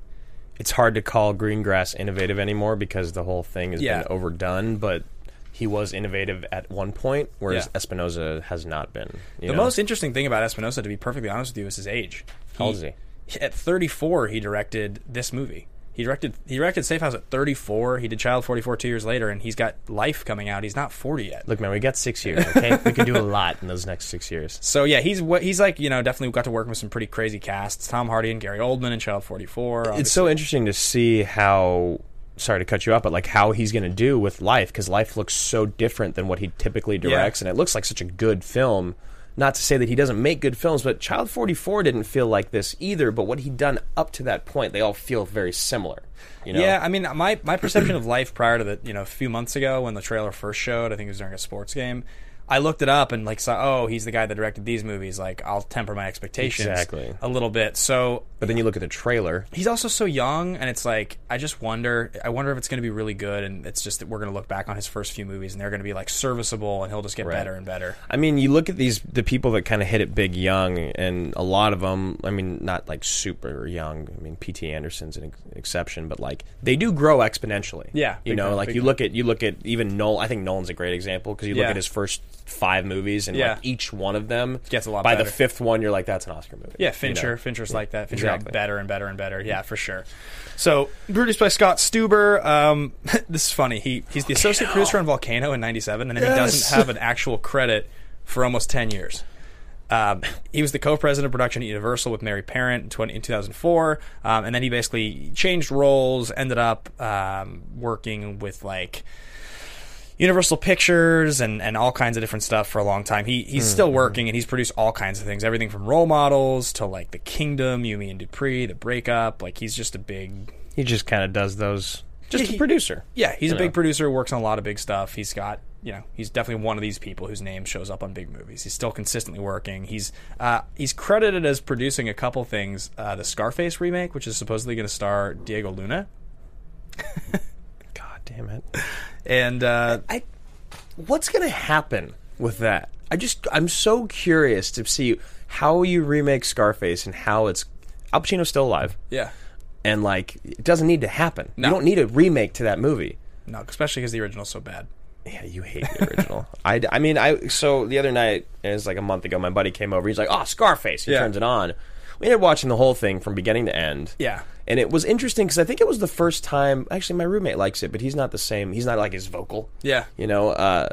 [SPEAKER 3] it's hard to call Greengrass innovative anymore because the whole thing has
[SPEAKER 1] Yeah.
[SPEAKER 3] been overdone, but he was innovative at one point, whereas
[SPEAKER 1] Yeah.
[SPEAKER 3] Espinoza has not been. you
[SPEAKER 1] the
[SPEAKER 3] know?
[SPEAKER 1] most interesting thing about Espinosa, to be perfectly honest with you, is his age.
[SPEAKER 3] How old is he?
[SPEAKER 1] At 34, he directed this movie. He directed he directed Safe House at 34. He did Child 44 two years later, and he's got Life coming out. He's not 40 yet.
[SPEAKER 3] Look, man, we got six years. Okay, we can do a lot in those next six years.
[SPEAKER 1] So yeah, he's what he's like. You know, definitely got to work with some pretty crazy casts: Tom Hardy and Gary Oldman and Child 44.
[SPEAKER 3] It's so interesting to see how. Sorry to cut you off, but like how he's going to do with life because life looks so different than what he typically directs, and it looks like such a good film. Not to say that he doesn't make good films, but Child Forty Four didn't feel like this either. But what he'd done up to that point, they all feel very similar. You know?
[SPEAKER 1] Yeah, I mean, my my perception of life prior to the you know a few months ago when the trailer first showed, I think it was during a sports game. I looked it up and like saw, oh, he's the guy that directed these movies. Like, I'll temper my expectations
[SPEAKER 3] Exactly.
[SPEAKER 1] a little bit. So
[SPEAKER 3] But then you look at the trailer.
[SPEAKER 1] he's also so young, and it's like I just wonder. I wonder if it's going to be really good, and it's just that we're going to look back on his first few movies, and they're going to be like serviceable, and he'll just get better and better.
[SPEAKER 3] I mean, you look at these the people that kind of hit it big young, and a lot of them. I mean, not like super young. I mean, P.T. Anderson's an ex- exception, but like they do grow exponentially.
[SPEAKER 1] Yeah,
[SPEAKER 3] you
[SPEAKER 1] big
[SPEAKER 3] know,
[SPEAKER 1] time,
[SPEAKER 3] like
[SPEAKER 1] big
[SPEAKER 3] you
[SPEAKER 1] time.
[SPEAKER 3] look at you look at even Nolan. I think Nolan's a great example because you look
[SPEAKER 1] Yeah.
[SPEAKER 3] at his first five movies, and
[SPEAKER 1] Yeah.
[SPEAKER 3] like each one of them
[SPEAKER 1] Gets a lot
[SPEAKER 3] By
[SPEAKER 1] better.
[SPEAKER 3] the fifth one, you're like, that's an Oscar movie.
[SPEAKER 1] Yeah,
[SPEAKER 3] you
[SPEAKER 1] Fincher.
[SPEAKER 3] know?
[SPEAKER 1] Fincher's like that. Fincher
[SPEAKER 3] exactly.
[SPEAKER 1] got better and better and better. Yeah, for sure. So produced by Scott Stuber. Um, this is funny. He he's the associate producer on Volcano in '97, and then he
[SPEAKER 3] Yes.
[SPEAKER 1] doesn't have an actual credit for almost ten years. Um, he was the co-president of production at Universal with Mary Parent in, 20, in 2004, um, and then he basically changed roles. Ended up um, working with like Universal Pictures and, and all kinds of different stuff for a long time. He he's still working and he's produced all kinds of things, everything from role models to like The Kingdom, Yumi and Dupree, The Breakup. Like he's just a big
[SPEAKER 3] He just kind of does those. Just
[SPEAKER 1] Yeah,
[SPEAKER 3] a
[SPEAKER 1] he-
[SPEAKER 3] producer.
[SPEAKER 1] yeah, he's
[SPEAKER 3] You
[SPEAKER 1] a big
[SPEAKER 3] know.
[SPEAKER 1] producer, works on a lot of big stuff. He's got, you know, he's definitely one of these people whose name shows up on big movies. He's still consistently working. He's uh, he's credited as producing a couple things, uh, the Scarface remake, which is supposedly going to star Diego Luna,
[SPEAKER 3] God damn it.
[SPEAKER 1] and uh,
[SPEAKER 3] I what's going to happen with that? I just I'm so curious to see how you remake Scarface and how it's Al Pacino's still alive
[SPEAKER 1] yeah,
[SPEAKER 3] and like it doesn't need to happen.
[SPEAKER 1] No.
[SPEAKER 3] You don't need a remake to that movie.
[SPEAKER 1] no, especially because the original's so bad.
[SPEAKER 3] Yeah, you hate the original. I, d- I mean I so the other night it was like a month ago my buddy came over he's like oh Scarface he
[SPEAKER 1] Yeah.
[SPEAKER 3] turns it on. We ended up watching the whole thing from beginning to end.
[SPEAKER 1] Yeah.
[SPEAKER 3] And it was interesting because I think it was the first time. Actually, my roommate likes it, but he's not the same. He's not like his vocal.
[SPEAKER 1] Yeah.
[SPEAKER 3] You know, uh,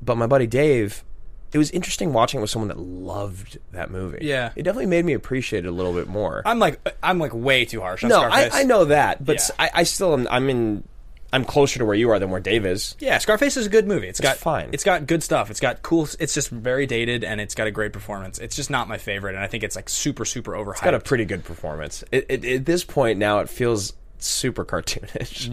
[SPEAKER 3] but my buddy Dave, it was interesting watching it with someone that loved that movie.
[SPEAKER 1] Yeah.
[SPEAKER 3] It definitely made me appreciate it a little bit more.
[SPEAKER 1] I'm like I'm like way too harsh on
[SPEAKER 3] no, I,
[SPEAKER 1] Scarface.
[SPEAKER 3] I know that, but s
[SPEAKER 1] Yeah.
[SPEAKER 3] I I I still am, I'm in. I'm closer to where you are than where Dave is.
[SPEAKER 1] Yeah, Scarface is a good movie. it's got
[SPEAKER 3] fine.
[SPEAKER 1] It's got good stuff. It's got cool. It's just very dated, and it's got a great performance. It's just not my favorite, and I think it's like super, super overhyped.
[SPEAKER 3] Got a pretty good performance. It, it, at this point now, it feels super cartoonish.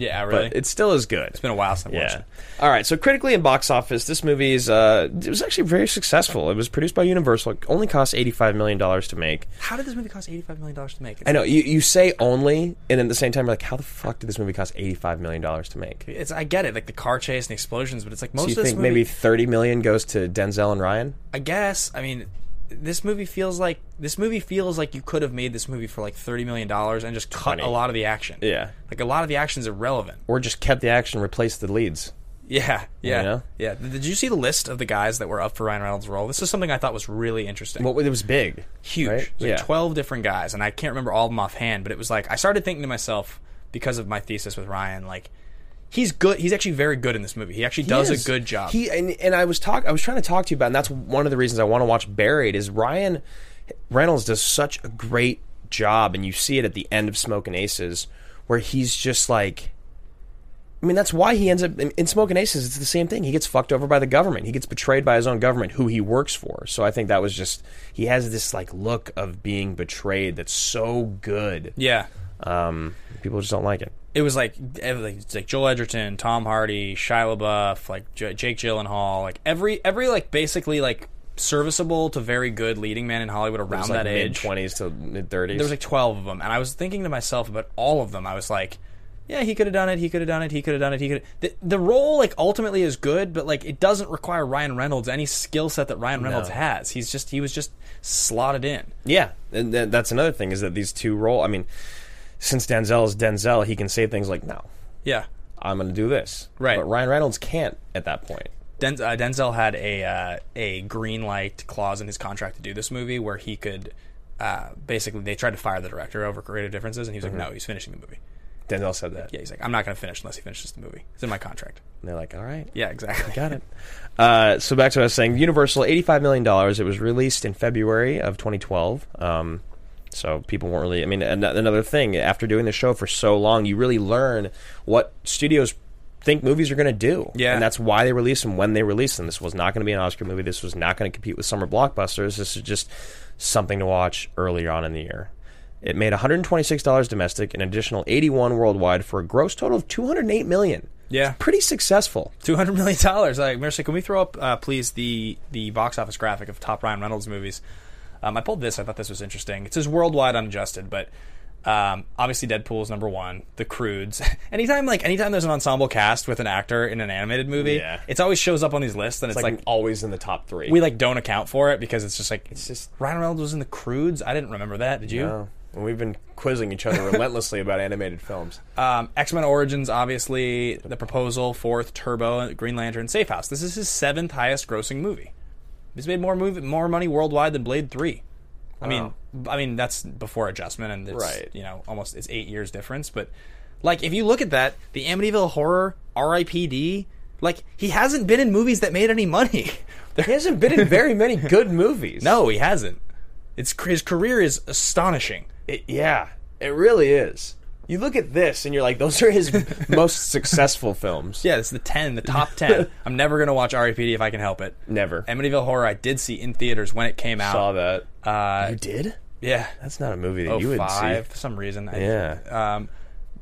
[SPEAKER 1] Yeah,
[SPEAKER 3] But
[SPEAKER 1] really?
[SPEAKER 3] it still is good. It's
[SPEAKER 1] been a while since I watched
[SPEAKER 3] yeah.
[SPEAKER 1] it.
[SPEAKER 3] All right, so critically in box office, this movie is uh, it was actually very successful. It was produced by Universal. It only cost eighty five million dollars to make.
[SPEAKER 1] How did this movie cost eighty-five million dollars to make?
[SPEAKER 3] I know you, you say only, and at the same time, you're like, how the fuck did this movie cost eighty five million dollars to make?
[SPEAKER 1] It's I get it, like the car chase and explosions, but it's like most
[SPEAKER 3] so you
[SPEAKER 1] of this
[SPEAKER 3] think
[SPEAKER 1] movie.
[SPEAKER 3] maybe thirty million goes to Denzel and Ryan?
[SPEAKER 1] I guess. I mean, this movie feels like this movie feels like you could have made this movie for like thirty million dollars and just cut
[SPEAKER 3] 20.
[SPEAKER 1] a lot of the action.
[SPEAKER 3] Yeah,
[SPEAKER 1] Like a lot of the action's irrelevant.
[SPEAKER 3] or just kept the action, replaced the leads.
[SPEAKER 1] Yeah, yeah,
[SPEAKER 3] You know?
[SPEAKER 1] yeah. Th- Did you see the list of the guys that were up for Ryan Reynolds' role? This is something I thought was really interesting.
[SPEAKER 3] What it was big,
[SPEAKER 1] huge.
[SPEAKER 3] right?
[SPEAKER 1] It was like
[SPEAKER 3] Yeah.
[SPEAKER 1] twelve different guys, and I can't remember all of them offhand. But it was like I started thinking to myself because of my thesis with Ryan, like he's good. He's actually very good in this movie. He actually does
[SPEAKER 3] He
[SPEAKER 1] a
[SPEAKER 3] is.
[SPEAKER 1] good job.
[SPEAKER 3] He and, and I was talk I was trying to talk to you about, and that's one of the reasons I want to watch Buried is Ryan Reynolds does such a great job, and you see it at the end of Smoke and Aces, where he's just like. I mean, that's why he ends up in, in Smoke and Aces. It's the same thing. He gets fucked over by the government. He gets betrayed by his own government, who he works for. So I think that was just he has this like look of being betrayed that's so good.
[SPEAKER 1] yeah,
[SPEAKER 3] Um, people just don't like it.
[SPEAKER 1] it was like it was like, it's like Joel Edgerton, Tom Hardy, Shia LaBeouf, like J- Jake Gyllenhaal, like every every like basically like serviceable to very good leading man in Hollywood
[SPEAKER 3] It was
[SPEAKER 1] around
[SPEAKER 3] like
[SPEAKER 1] that age.
[SPEAKER 3] twenties to mid thirties.
[SPEAKER 1] There was like twelve of them, and I was thinking to myself about all of them. I was like, yeah, he could have done it. He could have done it. He could have done it. He could. The, the role like ultimately is good, but like it doesn't require Ryan Reynolds any skill set that Ryan Reynolds
[SPEAKER 3] No.
[SPEAKER 1] has. He's just he was just slotted in.
[SPEAKER 3] Yeah, and th- that's another thing is that these two role. I mean, since Denzel is Denzel, he can say things like, "No,
[SPEAKER 1] Yeah.
[SPEAKER 3] I'm going to do this,"
[SPEAKER 1] Right.
[SPEAKER 3] But Ryan Reynolds can't at that point.
[SPEAKER 1] Den- uh, Denzel had a uh, a green light clause in his contract to do this movie where he could uh, basically they tried to fire the director over creative differences and he was like no he's finishing the movie
[SPEAKER 3] Denzel said that.
[SPEAKER 1] yeah he's like I'm not going to finish unless he finishes the movie it's in my contract
[SPEAKER 3] And they're like, "All right,
[SPEAKER 1] yeah exactly
[SPEAKER 3] got it." Uh, so back to what I was saying. Universal, eighty-five million dollars. It was released in February of 2012. Um, so people weren't really. I mean, an- another thing after doing the show for so long, you really learn what studios think movies are going to do.
[SPEAKER 1] Yeah.
[SPEAKER 3] and that's why they released them when they released them. This was not going to be an Oscar movie. This was not going to compete with summer blockbusters. This is just something to watch earlier on in the year. It made $126 domestic, an additional 81 worldwide for a gross total of 208 million.
[SPEAKER 1] Yeah.
[SPEAKER 3] It's pretty successful.
[SPEAKER 1] two hundred million dollars. Like, Marissa, can we throw up, uh, please, the the box office graphic of top Ryan Reynolds movies? Um, I pulled this. I thought this was interesting. It says worldwide unadjusted, but um, obviously Deadpool's number one. The Crudes. anytime like anytime there's an ensemble cast with an actor in an animated movie,
[SPEAKER 3] Yeah.
[SPEAKER 1] it's always shows up on these lists, and it's, like,
[SPEAKER 3] always in the top 3.
[SPEAKER 1] we like don't account for it because it's just like
[SPEAKER 3] It's just-
[SPEAKER 1] Ryan Reynolds was in the Crudes. I didn't remember that. Did you?
[SPEAKER 3] Yeah. And we've been quizzing each other relentlessly about animated films.
[SPEAKER 1] Um, X Men Origins, obviously, The Proposal, Fourth, Turbo, Green Lantern, Safe House. This is his seventh highest grossing movie. He's made more movie, more money worldwide than Blade Three. I mean, I mean that's before adjustment, and it's
[SPEAKER 3] Right.
[SPEAKER 1] you know almost it's eight years difference. But like, if you look at that, the Amityville Horror, R.I.P.D. Like he hasn't been in movies that made any money.
[SPEAKER 3] He hasn't been in very many good movies.
[SPEAKER 1] no, he hasn't. It's his career is astonishing.
[SPEAKER 3] It, yeah, it really is. You look at this and you're like, those are his most successful films.
[SPEAKER 1] Yeah, it's the ten, the top ten. I'm never gonna watch R.I.P.D. if I can help it.
[SPEAKER 3] Never.
[SPEAKER 1] Amityville Horror I did see in theaters when it came out.
[SPEAKER 3] Saw that.
[SPEAKER 1] Uh,
[SPEAKER 3] you did?
[SPEAKER 1] yeah.
[SPEAKER 3] That's not a movie that
[SPEAKER 1] Oh,
[SPEAKER 3] you would
[SPEAKER 1] five, for
[SPEAKER 3] see.
[SPEAKER 1] some reason. I-
[SPEAKER 3] Yeah.
[SPEAKER 1] Um,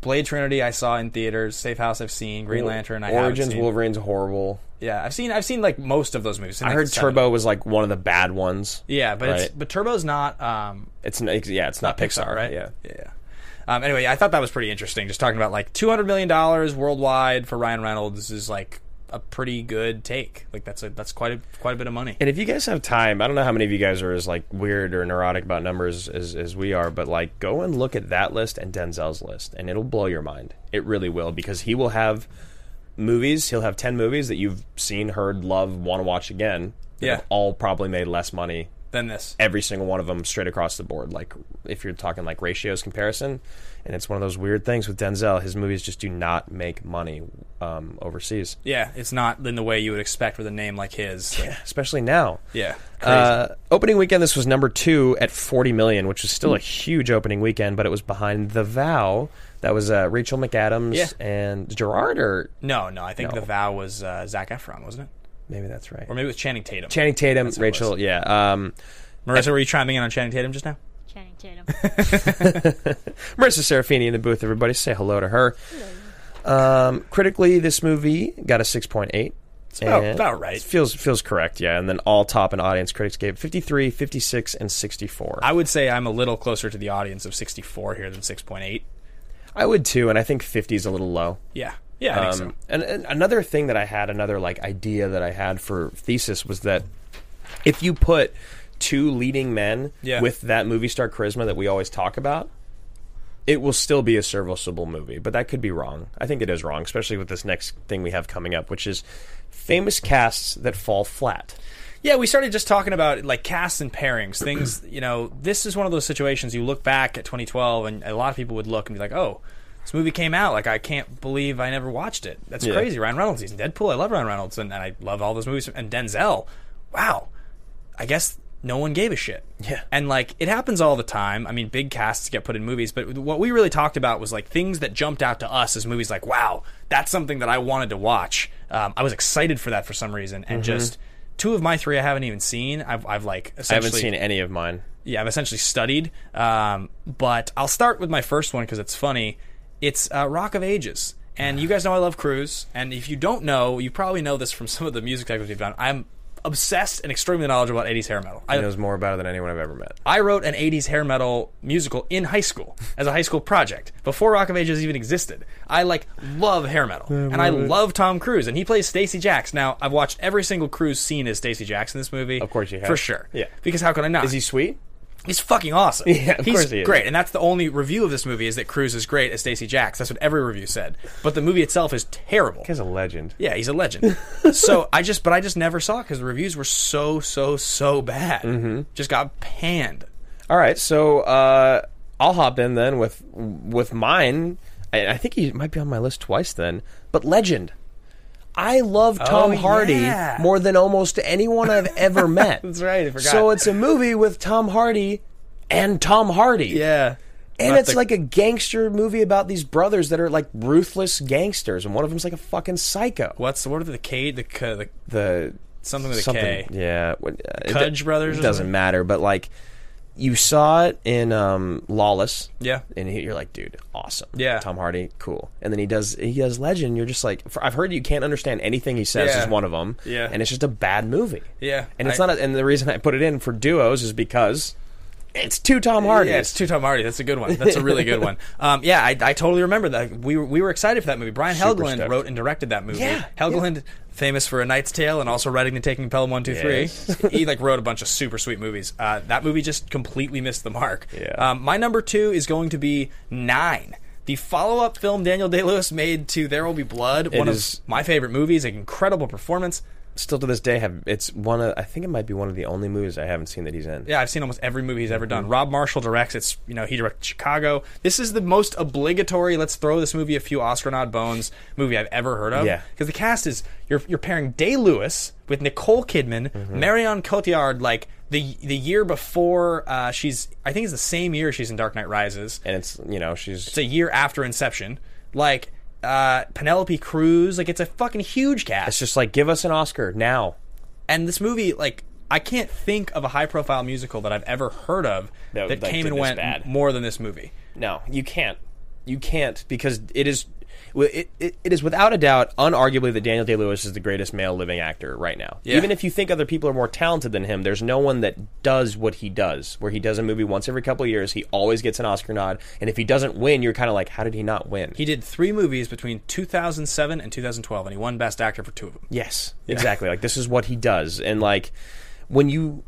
[SPEAKER 1] Blade Trinity I saw in theaters. Safe House I've seen. Green Lantern I haven't
[SPEAKER 3] Origins
[SPEAKER 1] seen.
[SPEAKER 3] Wolverine's horrible.
[SPEAKER 1] Yeah, I've seen I've seen like most of those movies. seen,
[SPEAKER 3] I
[SPEAKER 1] like,
[SPEAKER 3] heard
[SPEAKER 1] seven.
[SPEAKER 3] Turbo was like one of the bad ones.
[SPEAKER 1] Yeah, but it's,
[SPEAKER 3] Right.
[SPEAKER 1] but Turbo's not um
[SPEAKER 3] It's n- it's- yeah, it's not, Pixar,
[SPEAKER 1] right?
[SPEAKER 3] Yeah.
[SPEAKER 1] Yeah. Um, anyway, I thought that was pretty interesting. Just talking about like two hundred million dollars worldwide for Ryan Reynolds is like a pretty good take. Like that's a that's quite a quite a bit of money.
[SPEAKER 3] And if you guys have time, I don't know how many of you guys are as like weird or neurotic about numbers as, as we are, but like go and look at that list and Denzel's list, and it'll blow your mind. It really will because he will have movies. He'll have ten movies that you've seen, heard, loved, want to watch again. that
[SPEAKER 1] Yeah.
[SPEAKER 3] have all probably made less money.
[SPEAKER 1] Than this.
[SPEAKER 3] Every single one of them, straight across the board. Like if you're talking like ratios comparison, and it's one of those weird things with Denzel. His movies just do not make money um, overseas,
[SPEAKER 1] Yeah, it's not in the way you would expect with a name like his. Like,
[SPEAKER 3] especially now.
[SPEAKER 1] yeah. Crazy.
[SPEAKER 3] Uh, opening weekend, this was number two at 40 million, which was still a huge opening weekend, but it was behind The Vow. That was uh, Rachel McAdams
[SPEAKER 1] Yeah.
[SPEAKER 3] and Gerard, or
[SPEAKER 1] No, no. I think
[SPEAKER 3] No.
[SPEAKER 1] the vow was uh, Zach Efron, wasn't it?
[SPEAKER 3] maybe that's right.
[SPEAKER 1] Or maybe it was Channing Tatum.
[SPEAKER 3] Channing Tatum,
[SPEAKER 1] That's who it
[SPEAKER 3] Rachel,
[SPEAKER 1] was.
[SPEAKER 3] yeah. Um,
[SPEAKER 1] Marissa, were you chiming in on Channing Tatum just now?
[SPEAKER 11] Channing Tatum.
[SPEAKER 3] Marissa Serafini in the booth, everybody. Say hello to her. Um, critically, this movie got a 6.8. It's
[SPEAKER 1] about- about right.
[SPEAKER 3] Feels, feels correct, yeah. And then all top and audience critics gave it 53, 56, and 64.
[SPEAKER 1] I would say I'm a little closer to the audience of 64 here than 6.8.
[SPEAKER 3] I would too, and I think 50 is a little low.
[SPEAKER 1] Yeah. Yeah, I think so.
[SPEAKER 3] Um, And, and another thing that I had, another like idea that I had for thesis was that if you put two leading men
[SPEAKER 1] Yeah.
[SPEAKER 3] with that movie star charisma that we always talk about, it will still be a serviceable movie. But that could be wrong. I think it is wrong, especially with this next thing we have coming up, which is famous casts that fall flat.
[SPEAKER 1] Yeah, we started just talking about like casts and pairings, things. You know, this is one of those situations you look back at 2012, and a lot of people would look and be like, "Oh, this movie came out. Like, I can't believe I never watched it. That's
[SPEAKER 3] Yeah.
[SPEAKER 1] crazy." Ryan Reynolds, he's in Deadpool. I love Ryan Reynolds, and, and I love all those movies. And Denzel, wow. I guess no one gave a shit. Yeah, and like it happens all the time. I mean, big casts get put in movies, but what we really talked about was like things that jumped out to us as movies. Like, wow, that's something that I wanted to watch. Um, I was excited for that for some reason, and
[SPEAKER 3] Mhm.
[SPEAKER 1] just two of my three I haven't even seen. I've, I've like
[SPEAKER 3] I haven't
[SPEAKER 1] essentially-
[SPEAKER 3] seen any of mine.
[SPEAKER 1] Yeah, I've essentially studied. Um, but I'll start with my first one because it's funny. It's uh, Rock of Ages, and you guys know I love Cruise. And if you don't know, you probably know this from some of the music titles we've done. I'm obsessed and extremely knowledgeable about 80s hair metal.
[SPEAKER 3] He
[SPEAKER 1] I,
[SPEAKER 3] knows more about it than anyone I've ever met.
[SPEAKER 1] I wrote an 80s hair metal musical in high school as a high school project before Rock of Ages even existed. I like love hair metal
[SPEAKER 3] I
[SPEAKER 1] and I
[SPEAKER 3] love it.
[SPEAKER 1] love Tom Cruise and he plays Stacy Jacks. Now, I've watched every single Cruise scene as Stacy Jacks in this movie. Of course you
[SPEAKER 3] have.
[SPEAKER 1] For sure.
[SPEAKER 3] Yeah.
[SPEAKER 1] Because how could I not? Is he
[SPEAKER 3] sweet?
[SPEAKER 1] He's fucking awesome.
[SPEAKER 3] Yeah, of
[SPEAKER 1] He's
[SPEAKER 3] course he is.
[SPEAKER 1] great. And that's the only review of this movie is that Cruise is great as Stacy Jacks. That's what every review said. But the movie itself is terrible.
[SPEAKER 3] He's a legend.
[SPEAKER 1] Yeah, he's a legend. so I just, but I just never saw it because the reviews were so, so, so bad. Mm-hmm. Just got panned.
[SPEAKER 3] All right, so uh, I'll hop in then with with mine. I, I think he might be on my list twice then. But Legend, I love Tom
[SPEAKER 1] Oh,
[SPEAKER 3] Hardy
[SPEAKER 1] yeah.
[SPEAKER 3] more than almost anyone I've ever met. That's
[SPEAKER 1] right. I forgot.
[SPEAKER 3] So it's a movie with Tom Hardy and Tom Hardy.
[SPEAKER 1] Yeah.
[SPEAKER 3] And
[SPEAKER 1] Not
[SPEAKER 3] it's
[SPEAKER 1] the-
[SPEAKER 3] like a gangster movie about these brothers that are like ruthless gangsters, and one of them's like a fucking psycho.
[SPEAKER 1] What's what are the K the K, the
[SPEAKER 3] The
[SPEAKER 1] something with a K.
[SPEAKER 3] Yeah, what- uh, it
[SPEAKER 1] Cudge
[SPEAKER 3] do-
[SPEAKER 1] Brothers or
[SPEAKER 3] It doesn't
[SPEAKER 1] something?
[SPEAKER 3] matter, but like you saw it in um, Lawless.
[SPEAKER 1] Yeah.
[SPEAKER 3] and he- you're like, dude, awesome.
[SPEAKER 1] Yeah.
[SPEAKER 3] Tom Hardy, cool. And then he does he does Legend. You're just like, for, I've heard you can't understand anything he says
[SPEAKER 1] Yeah.
[SPEAKER 3] is one of them.
[SPEAKER 1] Yeah.
[SPEAKER 3] and it's just a bad movie.
[SPEAKER 1] Yeah,
[SPEAKER 3] and it's
[SPEAKER 1] I-
[SPEAKER 3] not. A, and the reason I put it in for duos is because it's two Tom Hardy.
[SPEAKER 1] Yeah, it's two Tom Hardy. That's a good one. That's a really good one. Um, yeah, I, I totally remember that. We were, we were excited for that movie. Brian
[SPEAKER 3] Super
[SPEAKER 1] Helgeland
[SPEAKER 3] stoked.
[SPEAKER 1] wrote and directed that movie.
[SPEAKER 3] Yeah,
[SPEAKER 1] Helgeland, famous for A Knight's Tale and also writing and taking Pelham One Two Three.
[SPEAKER 3] Yes.
[SPEAKER 1] He like wrote a bunch of super sweet movies. Uh, that movie just completely missed the mark.
[SPEAKER 3] Yeah.
[SPEAKER 1] Um, my number two is going to be Nine. The follow-up film Daniel Day Lewis made to There Will Be Blood,
[SPEAKER 3] It
[SPEAKER 1] one
[SPEAKER 3] is-
[SPEAKER 1] of my favorite movies, an incredible performance.
[SPEAKER 3] Still to this day, have it's one of I think it might be one of the only movies I haven't seen that he's in.
[SPEAKER 1] Yeah, I've seen almost every movie he's ever done.
[SPEAKER 3] Mm-hmm.
[SPEAKER 1] Rob Marshall directs. It's you know he directed Chicago. This is the most obligatory. Let's throw this movie a few Oscar nod bones movie I've ever heard of.
[SPEAKER 3] Yeah.
[SPEAKER 1] because the cast is you're you're pairing Day Lewis with Nicole Kidman,
[SPEAKER 3] Mm-hmm.
[SPEAKER 1] Marion Cotillard, like the the year before uh, she's I think it's the same year she's in Dark Knight Rises.
[SPEAKER 3] and it's you know she's
[SPEAKER 1] It's a year after Inception. Like uh, Penelope Cruz. Like it's a fucking huge cast.
[SPEAKER 3] it's just like give us an Oscar now.
[SPEAKER 1] And this movie, like, I can't think of a high profile musical that I've ever heard of
[SPEAKER 3] That,
[SPEAKER 1] that,
[SPEAKER 3] like,
[SPEAKER 1] came
[SPEAKER 3] did
[SPEAKER 1] and
[SPEAKER 3] this
[SPEAKER 1] went
[SPEAKER 3] bad.
[SPEAKER 1] more than this movie.
[SPEAKER 3] No, you can't. You can't because it is well, it, it, it is without a doubt, unarguably, that Daniel Day Lewis is the greatest male living actor right now.
[SPEAKER 1] Yeah.
[SPEAKER 3] Even if you think other people are more talented than him, there's no one that does what he does. Where he does a movie once every couple of years, he always gets an Oscar nod, and if he doesn't win, you're kind of like, how did he not win?
[SPEAKER 1] He did three movies between 2007 and 2012, and he won Best Actor for two of them.
[SPEAKER 3] Yes,
[SPEAKER 1] Yeah.
[SPEAKER 3] exactly. Like this is what he does, and like when you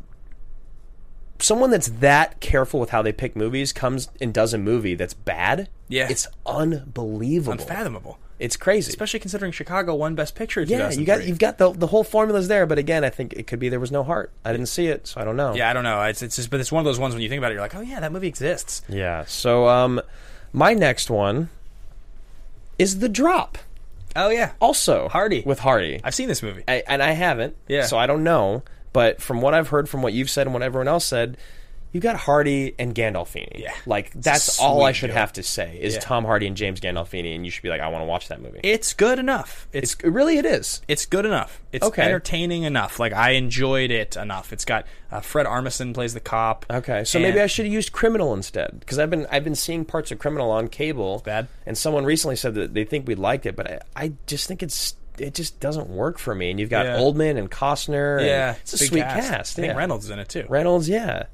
[SPEAKER 3] someone that's that careful with how they pick movies comes and does a movie that's bad,
[SPEAKER 1] Yeah.
[SPEAKER 3] it's unbelievable,
[SPEAKER 1] Unfathomable.
[SPEAKER 3] It's crazy.
[SPEAKER 1] Especially considering Chicago won Best Picture in
[SPEAKER 3] yeah, you
[SPEAKER 1] 2003.
[SPEAKER 3] got you've got the the whole formula's there, but again, I think it could be there was no heart. I didn't see it, so I don't know.
[SPEAKER 1] yeah, I don't know. It's, it's just, but it's one of those ones when you think about it, you're like, oh, yeah, that movie exists.
[SPEAKER 3] Yeah. So um my next one is The Drop.
[SPEAKER 1] Oh, yeah.
[SPEAKER 3] Also
[SPEAKER 1] Hardy.
[SPEAKER 3] With Hardy.
[SPEAKER 1] I've seen this movie.
[SPEAKER 3] I, and I haven't.
[SPEAKER 1] Yeah.
[SPEAKER 3] So I don't know, but from what I've heard from what you've said and what everyone else said, you got Hardy and Gandolfini. Yeah, like that's all I should have to say is
[SPEAKER 1] Yeah.
[SPEAKER 3] Tom Hardy and James Gandolfini, and you should be like, I want to watch that movie.
[SPEAKER 1] It's good enough. It's,
[SPEAKER 3] really it is.
[SPEAKER 1] It's good enough. It's
[SPEAKER 3] Okay.
[SPEAKER 1] entertaining enough. Like I enjoyed it enough. It's got uh, Fred Armisen plays the cop.
[SPEAKER 3] Okay, so
[SPEAKER 1] And-
[SPEAKER 3] maybe I should have used Criminal instead because I've been I've been seeing parts of Criminal on cable. Bad. And someone recently said that they think we liked it, but I, I just think it's it just doesn't work for me. And you've got
[SPEAKER 1] Yeah.
[SPEAKER 3] Oldman and Costner. and
[SPEAKER 1] Yeah,
[SPEAKER 3] it's a
[SPEAKER 1] big
[SPEAKER 3] sweet
[SPEAKER 1] cast. I
[SPEAKER 3] cast.
[SPEAKER 1] think
[SPEAKER 3] yeah.
[SPEAKER 1] Reynolds is in it, too.
[SPEAKER 3] Reynolds, yeah.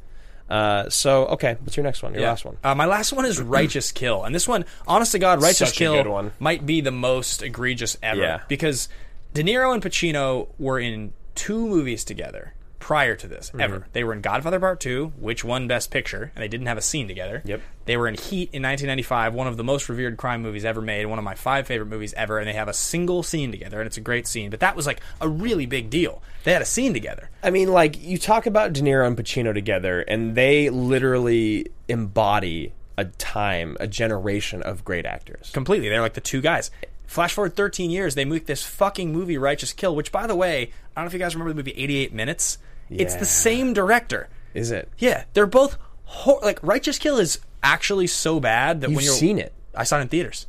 [SPEAKER 3] Uh, so okay, what's your next one? Your
[SPEAKER 1] Yeah.
[SPEAKER 3] last one?
[SPEAKER 1] Uh, my last one is Righteous Kill, and this one, honest to God, Righteous
[SPEAKER 3] Such a
[SPEAKER 1] Kill
[SPEAKER 3] good one.
[SPEAKER 1] might be the most egregious ever
[SPEAKER 3] Yeah.
[SPEAKER 1] because De Niro and Pacino were in two movies together prior to this
[SPEAKER 3] Mm-hmm.
[SPEAKER 1] ever. They were in Godfather Part Two, which won Best Picture, and they didn't have a scene together. Yep. They were in Heat in 1995, one of the most revered crime movies ever made, one of my five favorite movies ever, and they have a single scene together, and it's a great scene. But that was like a really big deal. They had a scene together.
[SPEAKER 3] I mean, like you talk about De Niro and Pacino together, and they literally embody a time, a generation of great actors.
[SPEAKER 1] Completely. They're like the two guys. Flash forward 13 years, they make this fucking movie, Righteous Kill, which, by the way, I don't know if you guys remember the movie 88 Minutes. It's
[SPEAKER 3] Yeah.
[SPEAKER 1] the same director.
[SPEAKER 3] Is it?
[SPEAKER 1] Yeah, they're both. Hor- like, Righteous Kill is actually so bad that
[SPEAKER 3] You've
[SPEAKER 1] when you're.
[SPEAKER 3] seen it.
[SPEAKER 1] I saw it in theaters.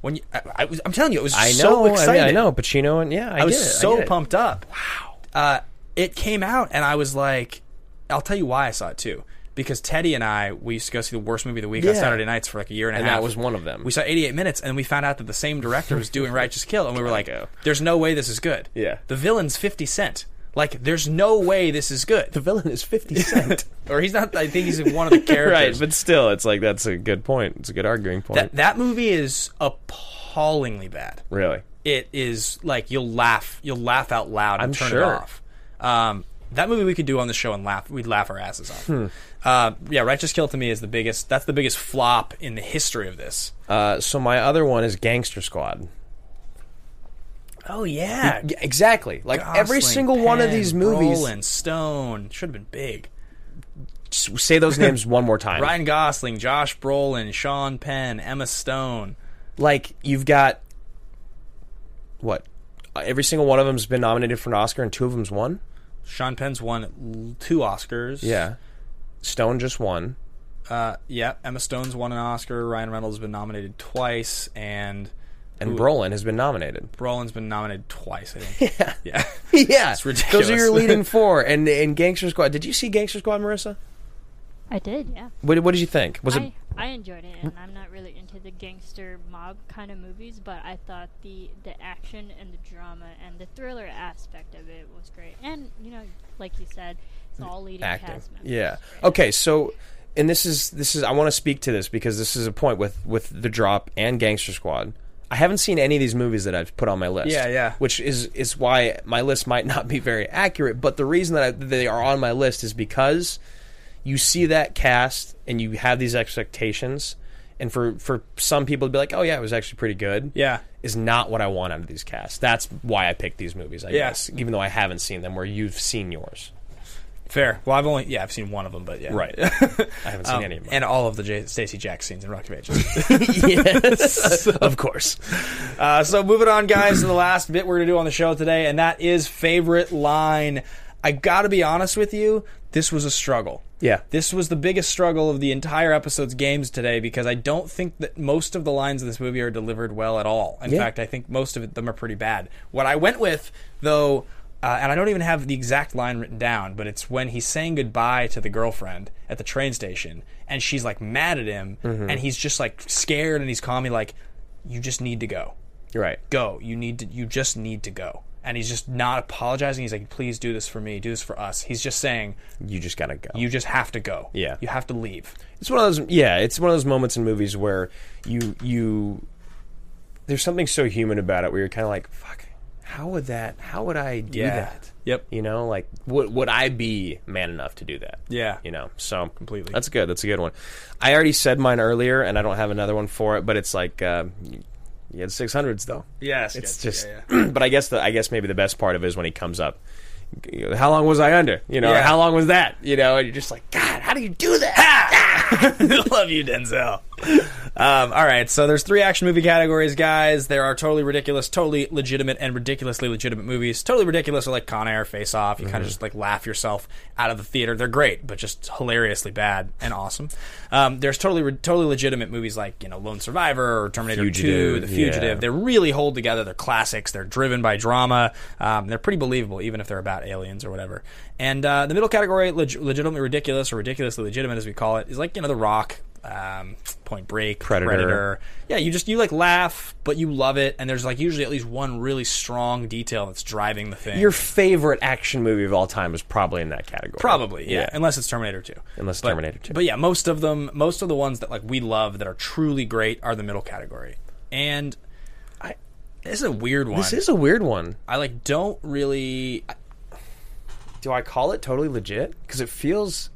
[SPEAKER 1] When you, I, I was, I'm telling you, it was
[SPEAKER 3] I know.
[SPEAKER 1] so
[SPEAKER 3] I mean,
[SPEAKER 1] exciting.
[SPEAKER 3] I, know Pacino, and yeah, I,
[SPEAKER 1] I, was
[SPEAKER 3] get it,
[SPEAKER 1] so
[SPEAKER 3] get it.
[SPEAKER 1] pumped up. Wow. Uh, it came out, and I was like, I'll tell you why I saw it too. Because Teddy and I, we used to go see the worst movie of the week on
[SPEAKER 3] Yeah.
[SPEAKER 1] Saturday nights for like a year and a
[SPEAKER 3] And
[SPEAKER 1] half.
[SPEAKER 3] that was one of them.
[SPEAKER 1] We saw 88 minutes, and we found out that the same director was doing Righteous Kill, and we were like, "There's no way this is good."
[SPEAKER 3] Yeah.
[SPEAKER 1] The villain's 50 Cent. Like, there's no way this is good. The
[SPEAKER 3] villain is 50 Cent,
[SPEAKER 1] or he's not. I think he's one of the characters.
[SPEAKER 3] right, but still, it's like that's a good point. It's a good arguing point.
[SPEAKER 1] That that movie is appallingly bad.
[SPEAKER 3] really,
[SPEAKER 1] it is like you'll laugh, you'll laugh out loud and
[SPEAKER 3] I'm
[SPEAKER 1] turn
[SPEAKER 3] sure.
[SPEAKER 1] it off. Um, that movie we could do on the show and laugh, we'd laugh our asses off.
[SPEAKER 3] Hmm.
[SPEAKER 1] Uh, yeah, Righteous Kill to me is the biggest. That's the biggest flop in the history of this.
[SPEAKER 3] Uh, so my other one is Gangster Squad.
[SPEAKER 1] Oh yeah,
[SPEAKER 3] Y- exactly. Like every single one of these movies.
[SPEAKER 1] Brolin, Stone should have been big.
[SPEAKER 3] S- Say those names one more time.
[SPEAKER 1] Ryan Gosling, Josh Brolin, Sean Penn, Emma Stone.
[SPEAKER 3] Like you've got what? Uh, Every single one of them's been nominated for an Oscar, and two of them's won.
[SPEAKER 1] Sean Penn's won l- two Oscars.
[SPEAKER 3] Yeah, Stone just won.
[SPEAKER 1] Uh, yeah, Emma Stone's won an Oscar. Ryan Reynolds has been nominated twice, and
[SPEAKER 3] And
[SPEAKER 1] who-
[SPEAKER 3] Brolin has been nominated.
[SPEAKER 1] Brolin's been nominated twice. I think. Yeah, yeah,
[SPEAKER 3] yeah.
[SPEAKER 1] It's ridiculous.
[SPEAKER 3] Those are your leading four. And and Gangster Squad. Did you see Gangster Squad, Marissa?
[SPEAKER 11] I did, yeah.
[SPEAKER 3] What, what did you think? Was
[SPEAKER 11] I,
[SPEAKER 3] it
[SPEAKER 11] I enjoyed it, and I'm not really into the gangster mob kind of movies, but I thought the the action and the drama and the thriller aspect of it was great. And you know, like you said, it's all leading
[SPEAKER 3] acting?
[SPEAKER 11] cast members.
[SPEAKER 3] Yeah. Okay. So, and this is this is I want to speak to this because this is a point with with the drop and Gangster Squad. I haven't seen any of these movies that I've put on my list.
[SPEAKER 1] Yeah, yeah.
[SPEAKER 3] Which is is why my list might not be very accurate. But the reason that I, they are on my list is because you see that cast and you have these expectations. And for, for some people to be like, oh yeah, it was actually pretty good.
[SPEAKER 1] Yeah.
[SPEAKER 3] is not what I want out of these casts. That's why I picked these movies. I
[SPEAKER 1] Yeah.
[SPEAKER 3] guess, even though I haven't seen them, where you've seen yours.
[SPEAKER 1] Fair. Well, I've only yeah, I've seen one of them, but yeah,
[SPEAKER 3] Right.
[SPEAKER 1] I
[SPEAKER 3] haven't seen any of them.
[SPEAKER 1] and all of the J- Stacy Jack scenes in Rocky of Ages.
[SPEAKER 3] yes, of course.
[SPEAKER 1] Uh, so moving on, guys, to the last bit we're gonna do on the show today, and that is favorite line. I gotta be honest with you, this was a struggle.
[SPEAKER 3] Yeah.
[SPEAKER 1] This was the biggest struggle of the entire episode's games today because I don't think that most of the lines in this movie are delivered well at all. In
[SPEAKER 3] Yeah.
[SPEAKER 1] fact, I think most of them are pretty bad. What I went with, though, uh, and I don't even have the exact line written down, but it's when he's saying goodbye to the girlfriend at the train station, and she's like mad at him,
[SPEAKER 3] Mhm.
[SPEAKER 1] and he's just like scared, and he's calmly like, "You just need to go."
[SPEAKER 3] You're right.
[SPEAKER 1] go you need to you just need to go and he's just not apologizing he's like please do this for me do this for us he's just saying
[SPEAKER 3] you just gotta go
[SPEAKER 1] you just have to go
[SPEAKER 3] Yeah.
[SPEAKER 1] you have to leave
[SPEAKER 3] It's one of those. Yeah, it's one of those moments in movies where you you there's something so human about it where you're kind of like, fuck. How would that? How would I do
[SPEAKER 1] Yeah.
[SPEAKER 3] that?
[SPEAKER 1] Yep.
[SPEAKER 3] You know, like would would I be man enough to do that?
[SPEAKER 1] Yeah.
[SPEAKER 3] You know, so
[SPEAKER 1] Completely.
[SPEAKER 3] That's good. That's a good one. I already said mine earlier, and I don't have another one for it. But it's like, uh, yeah, the six hundreds though.
[SPEAKER 1] Yes,
[SPEAKER 3] It's
[SPEAKER 1] yes,
[SPEAKER 3] just.
[SPEAKER 1] yeah,
[SPEAKER 3] but I guess the I guess maybe the best part of it is when he comes up. you know, How long was I under? You know, or
[SPEAKER 1] Yeah.
[SPEAKER 3] how long was that? You know, and you're just like, God, how do you do that?
[SPEAKER 1] love you denzel Um, all right, so there's three action movie categories, guys. There are totally ridiculous, totally legitimate, and ridiculously legitimate movies. Totally ridiculous are like Con Air, Face Off. You kind
[SPEAKER 3] Mhm.
[SPEAKER 1] of just like laugh yourself out of the theater. They're great, but just hilariously bad and awesome. Um, there's totally re- totally legitimate movies like you know Lone Survivor or Terminator Two,
[SPEAKER 3] Fugitive,
[SPEAKER 1] The Fugitive.
[SPEAKER 3] yeah.
[SPEAKER 1] They really hold together. They're classics. They're driven by drama. Um, they're pretty believable, even if they're about aliens or whatever. And uh, the middle category, leg- legitimately ridiculous or ridiculously legitimate, as we call it, is like you know The Rock, um, Point Break,
[SPEAKER 3] Predator.
[SPEAKER 1] Yeah, you just you like laugh, but you love it. And there's like usually at least one really strong detail that's driving the thing.
[SPEAKER 3] Your favorite action movie of all time is probably in that category.
[SPEAKER 1] Probably, yeah, unless it's Terminator Two.
[SPEAKER 3] Unless
[SPEAKER 1] But-
[SPEAKER 3] Terminator Two.
[SPEAKER 1] But yeah, most of them, most of the ones that like we love that are truly great are the middle category. And I, this is a weird one.
[SPEAKER 3] This is a weird one.
[SPEAKER 1] I like don't really.
[SPEAKER 3] Do I call it totally legit? Because it feels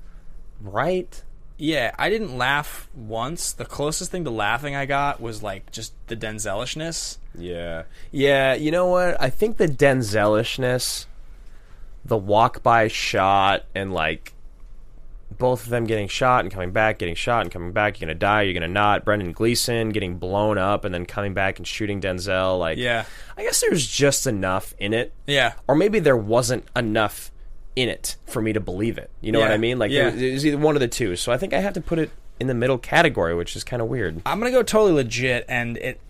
[SPEAKER 3] right.
[SPEAKER 1] Yeah, I didn't laugh once. The closest thing to laughing I got was like just the Denzelishness.
[SPEAKER 3] Yeah. Yeah, you know what? I think the Denzelishness, the walk by shot, and like both of them getting shot and coming back, getting shot and coming back, you're gonna die, you're gonna not. Brendan Gleeson getting blown up and then coming back and shooting Denzel, like
[SPEAKER 1] Yeah.
[SPEAKER 3] I guess there's just enough in it.
[SPEAKER 1] Yeah.
[SPEAKER 3] Or maybe there wasn't enough in it for me to believe it. You know what
[SPEAKER 1] Yeah.
[SPEAKER 3] I mean? Like
[SPEAKER 1] Yeah.
[SPEAKER 3] it, was, it was either one of the two. So I think I have to put it in the middle category, which is kind of weird.
[SPEAKER 1] I'm gonna go totally legit, and it.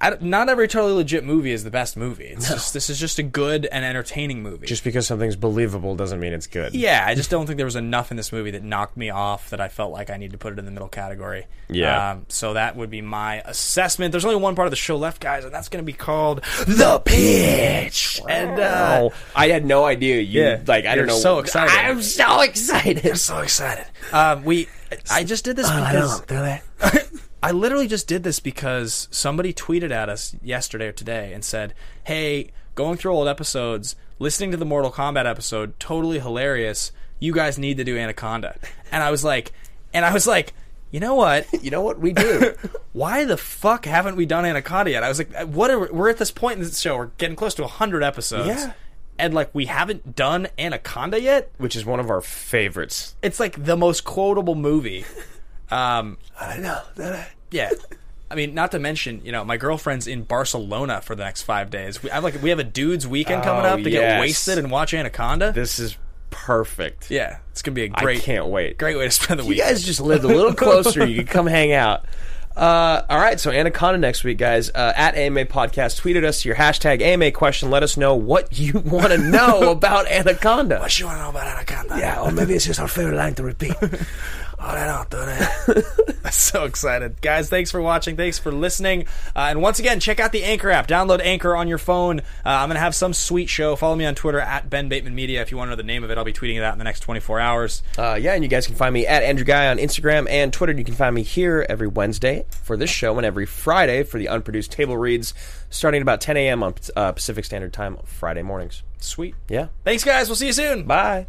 [SPEAKER 1] I don't- not every totally legit movie is the best movie. It's just, this is just a good and entertaining movie.
[SPEAKER 3] Just because something's believable doesn't mean it's good.
[SPEAKER 1] Yeah, I just don't think there was enough in this movie that knocked me off that I felt like I need to put it in the middle category.
[SPEAKER 3] Yeah.
[SPEAKER 1] Um, so that would be my assessment. There's only one part of the show left, guys, and that's going to be called The Pitch. And uh,
[SPEAKER 3] Oh, I had no idea. You
[SPEAKER 1] Yeah.
[SPEAKER 3] like I
[SPEAKER 1] You're
[SPEAKER 3] don't know.
[SPEAKER 1] so excited.
[SPEAKER 3] I'm so excited.
[SPEAKER 1] I'm so excited. Um, we, I just did this because I literally just did this because somebody tweeted at us yesterday or today and said, "Hey, going through old episodes, listening to the Mortal Kombat episode, totally hilarious. You guys need to do Anaconda." And I was like, and I was like, you know what?
[SPEAKER 3] You know what we do?
[SPEAKER 1] Why the fuck haven't we done Anaconda yet? I was like, what are we, we're at this point in the show, we're getting close to 100 episodes.
[SPEAKER 3] Yeah.
[SPEAKER 1] And like we haven't done Anaconda yet?
[SPEAKER 3] Which is one of our favorites.
[SPEAKER 1] It's like the most quotable movie. Um,
[SPEAKER 3] I don't know.
[SPEAKER 1] yeah. I mean, not to mention, you know, my girlfriend's in Barcelona for the next five days. We, I'm like, we have a dudes' weekend coming
[SPEAKER 3] Oh,
[SPEAKER 1] up to get
[SPEAKER 3] yes.
[SPEAKER 1] wasted and watch Anaconda.
[SPEAKER 3] This is perfect.
[SPEAKER 1] yeah, it's gonna be a
[SPEAKER 3] I
[SPEAKER 1] great,
[SPEAKER 3] can't wait.
[SPEAKER 1] great way to spend the
[SPEAKER 3] You
[SPEAKER 1] week.
[SPEAKER 3] guys just lived a little closer. You could come hang out. Uh, all right, so Anaconda next week, guys. Uh, at AMA Podcast, tweeted us your hashtag AMA question. Let us know what you want to know about Anaconda.
[SPEAKER 1] what you want to know about Anaconda?
[SPEAKER 3] yeah, or maybe it's just our favorite line to repeat.
[SPEAKER 1] so excited. Guys, thanks for watching. Thanks for listening. Uh, and once again, check out the Anchor app. Download Anchor on your phone. Uh, I'm going to have some sweet show. Follow me on Twitter at Ben Bateman Media. If you want to know the name of it, I'll be tweeting it out in the next 24 hours.
[SPEAKER 3] Uh, yeah, and you guys can find me at Andrew Guy on Instagram and Twitter. You can find me here every Wednesday for this show and every Friday for the unproduced table reads, starting at about 10 a.m. on uh, Pacific Standard Time Friday mornings.
[SPEAKER 1] Sweet.
[SPEAKER 3] Yeah.
[SPEAKER 1] Thanks, guys. We'll see you soon.
[SPEAKER 3] Bye.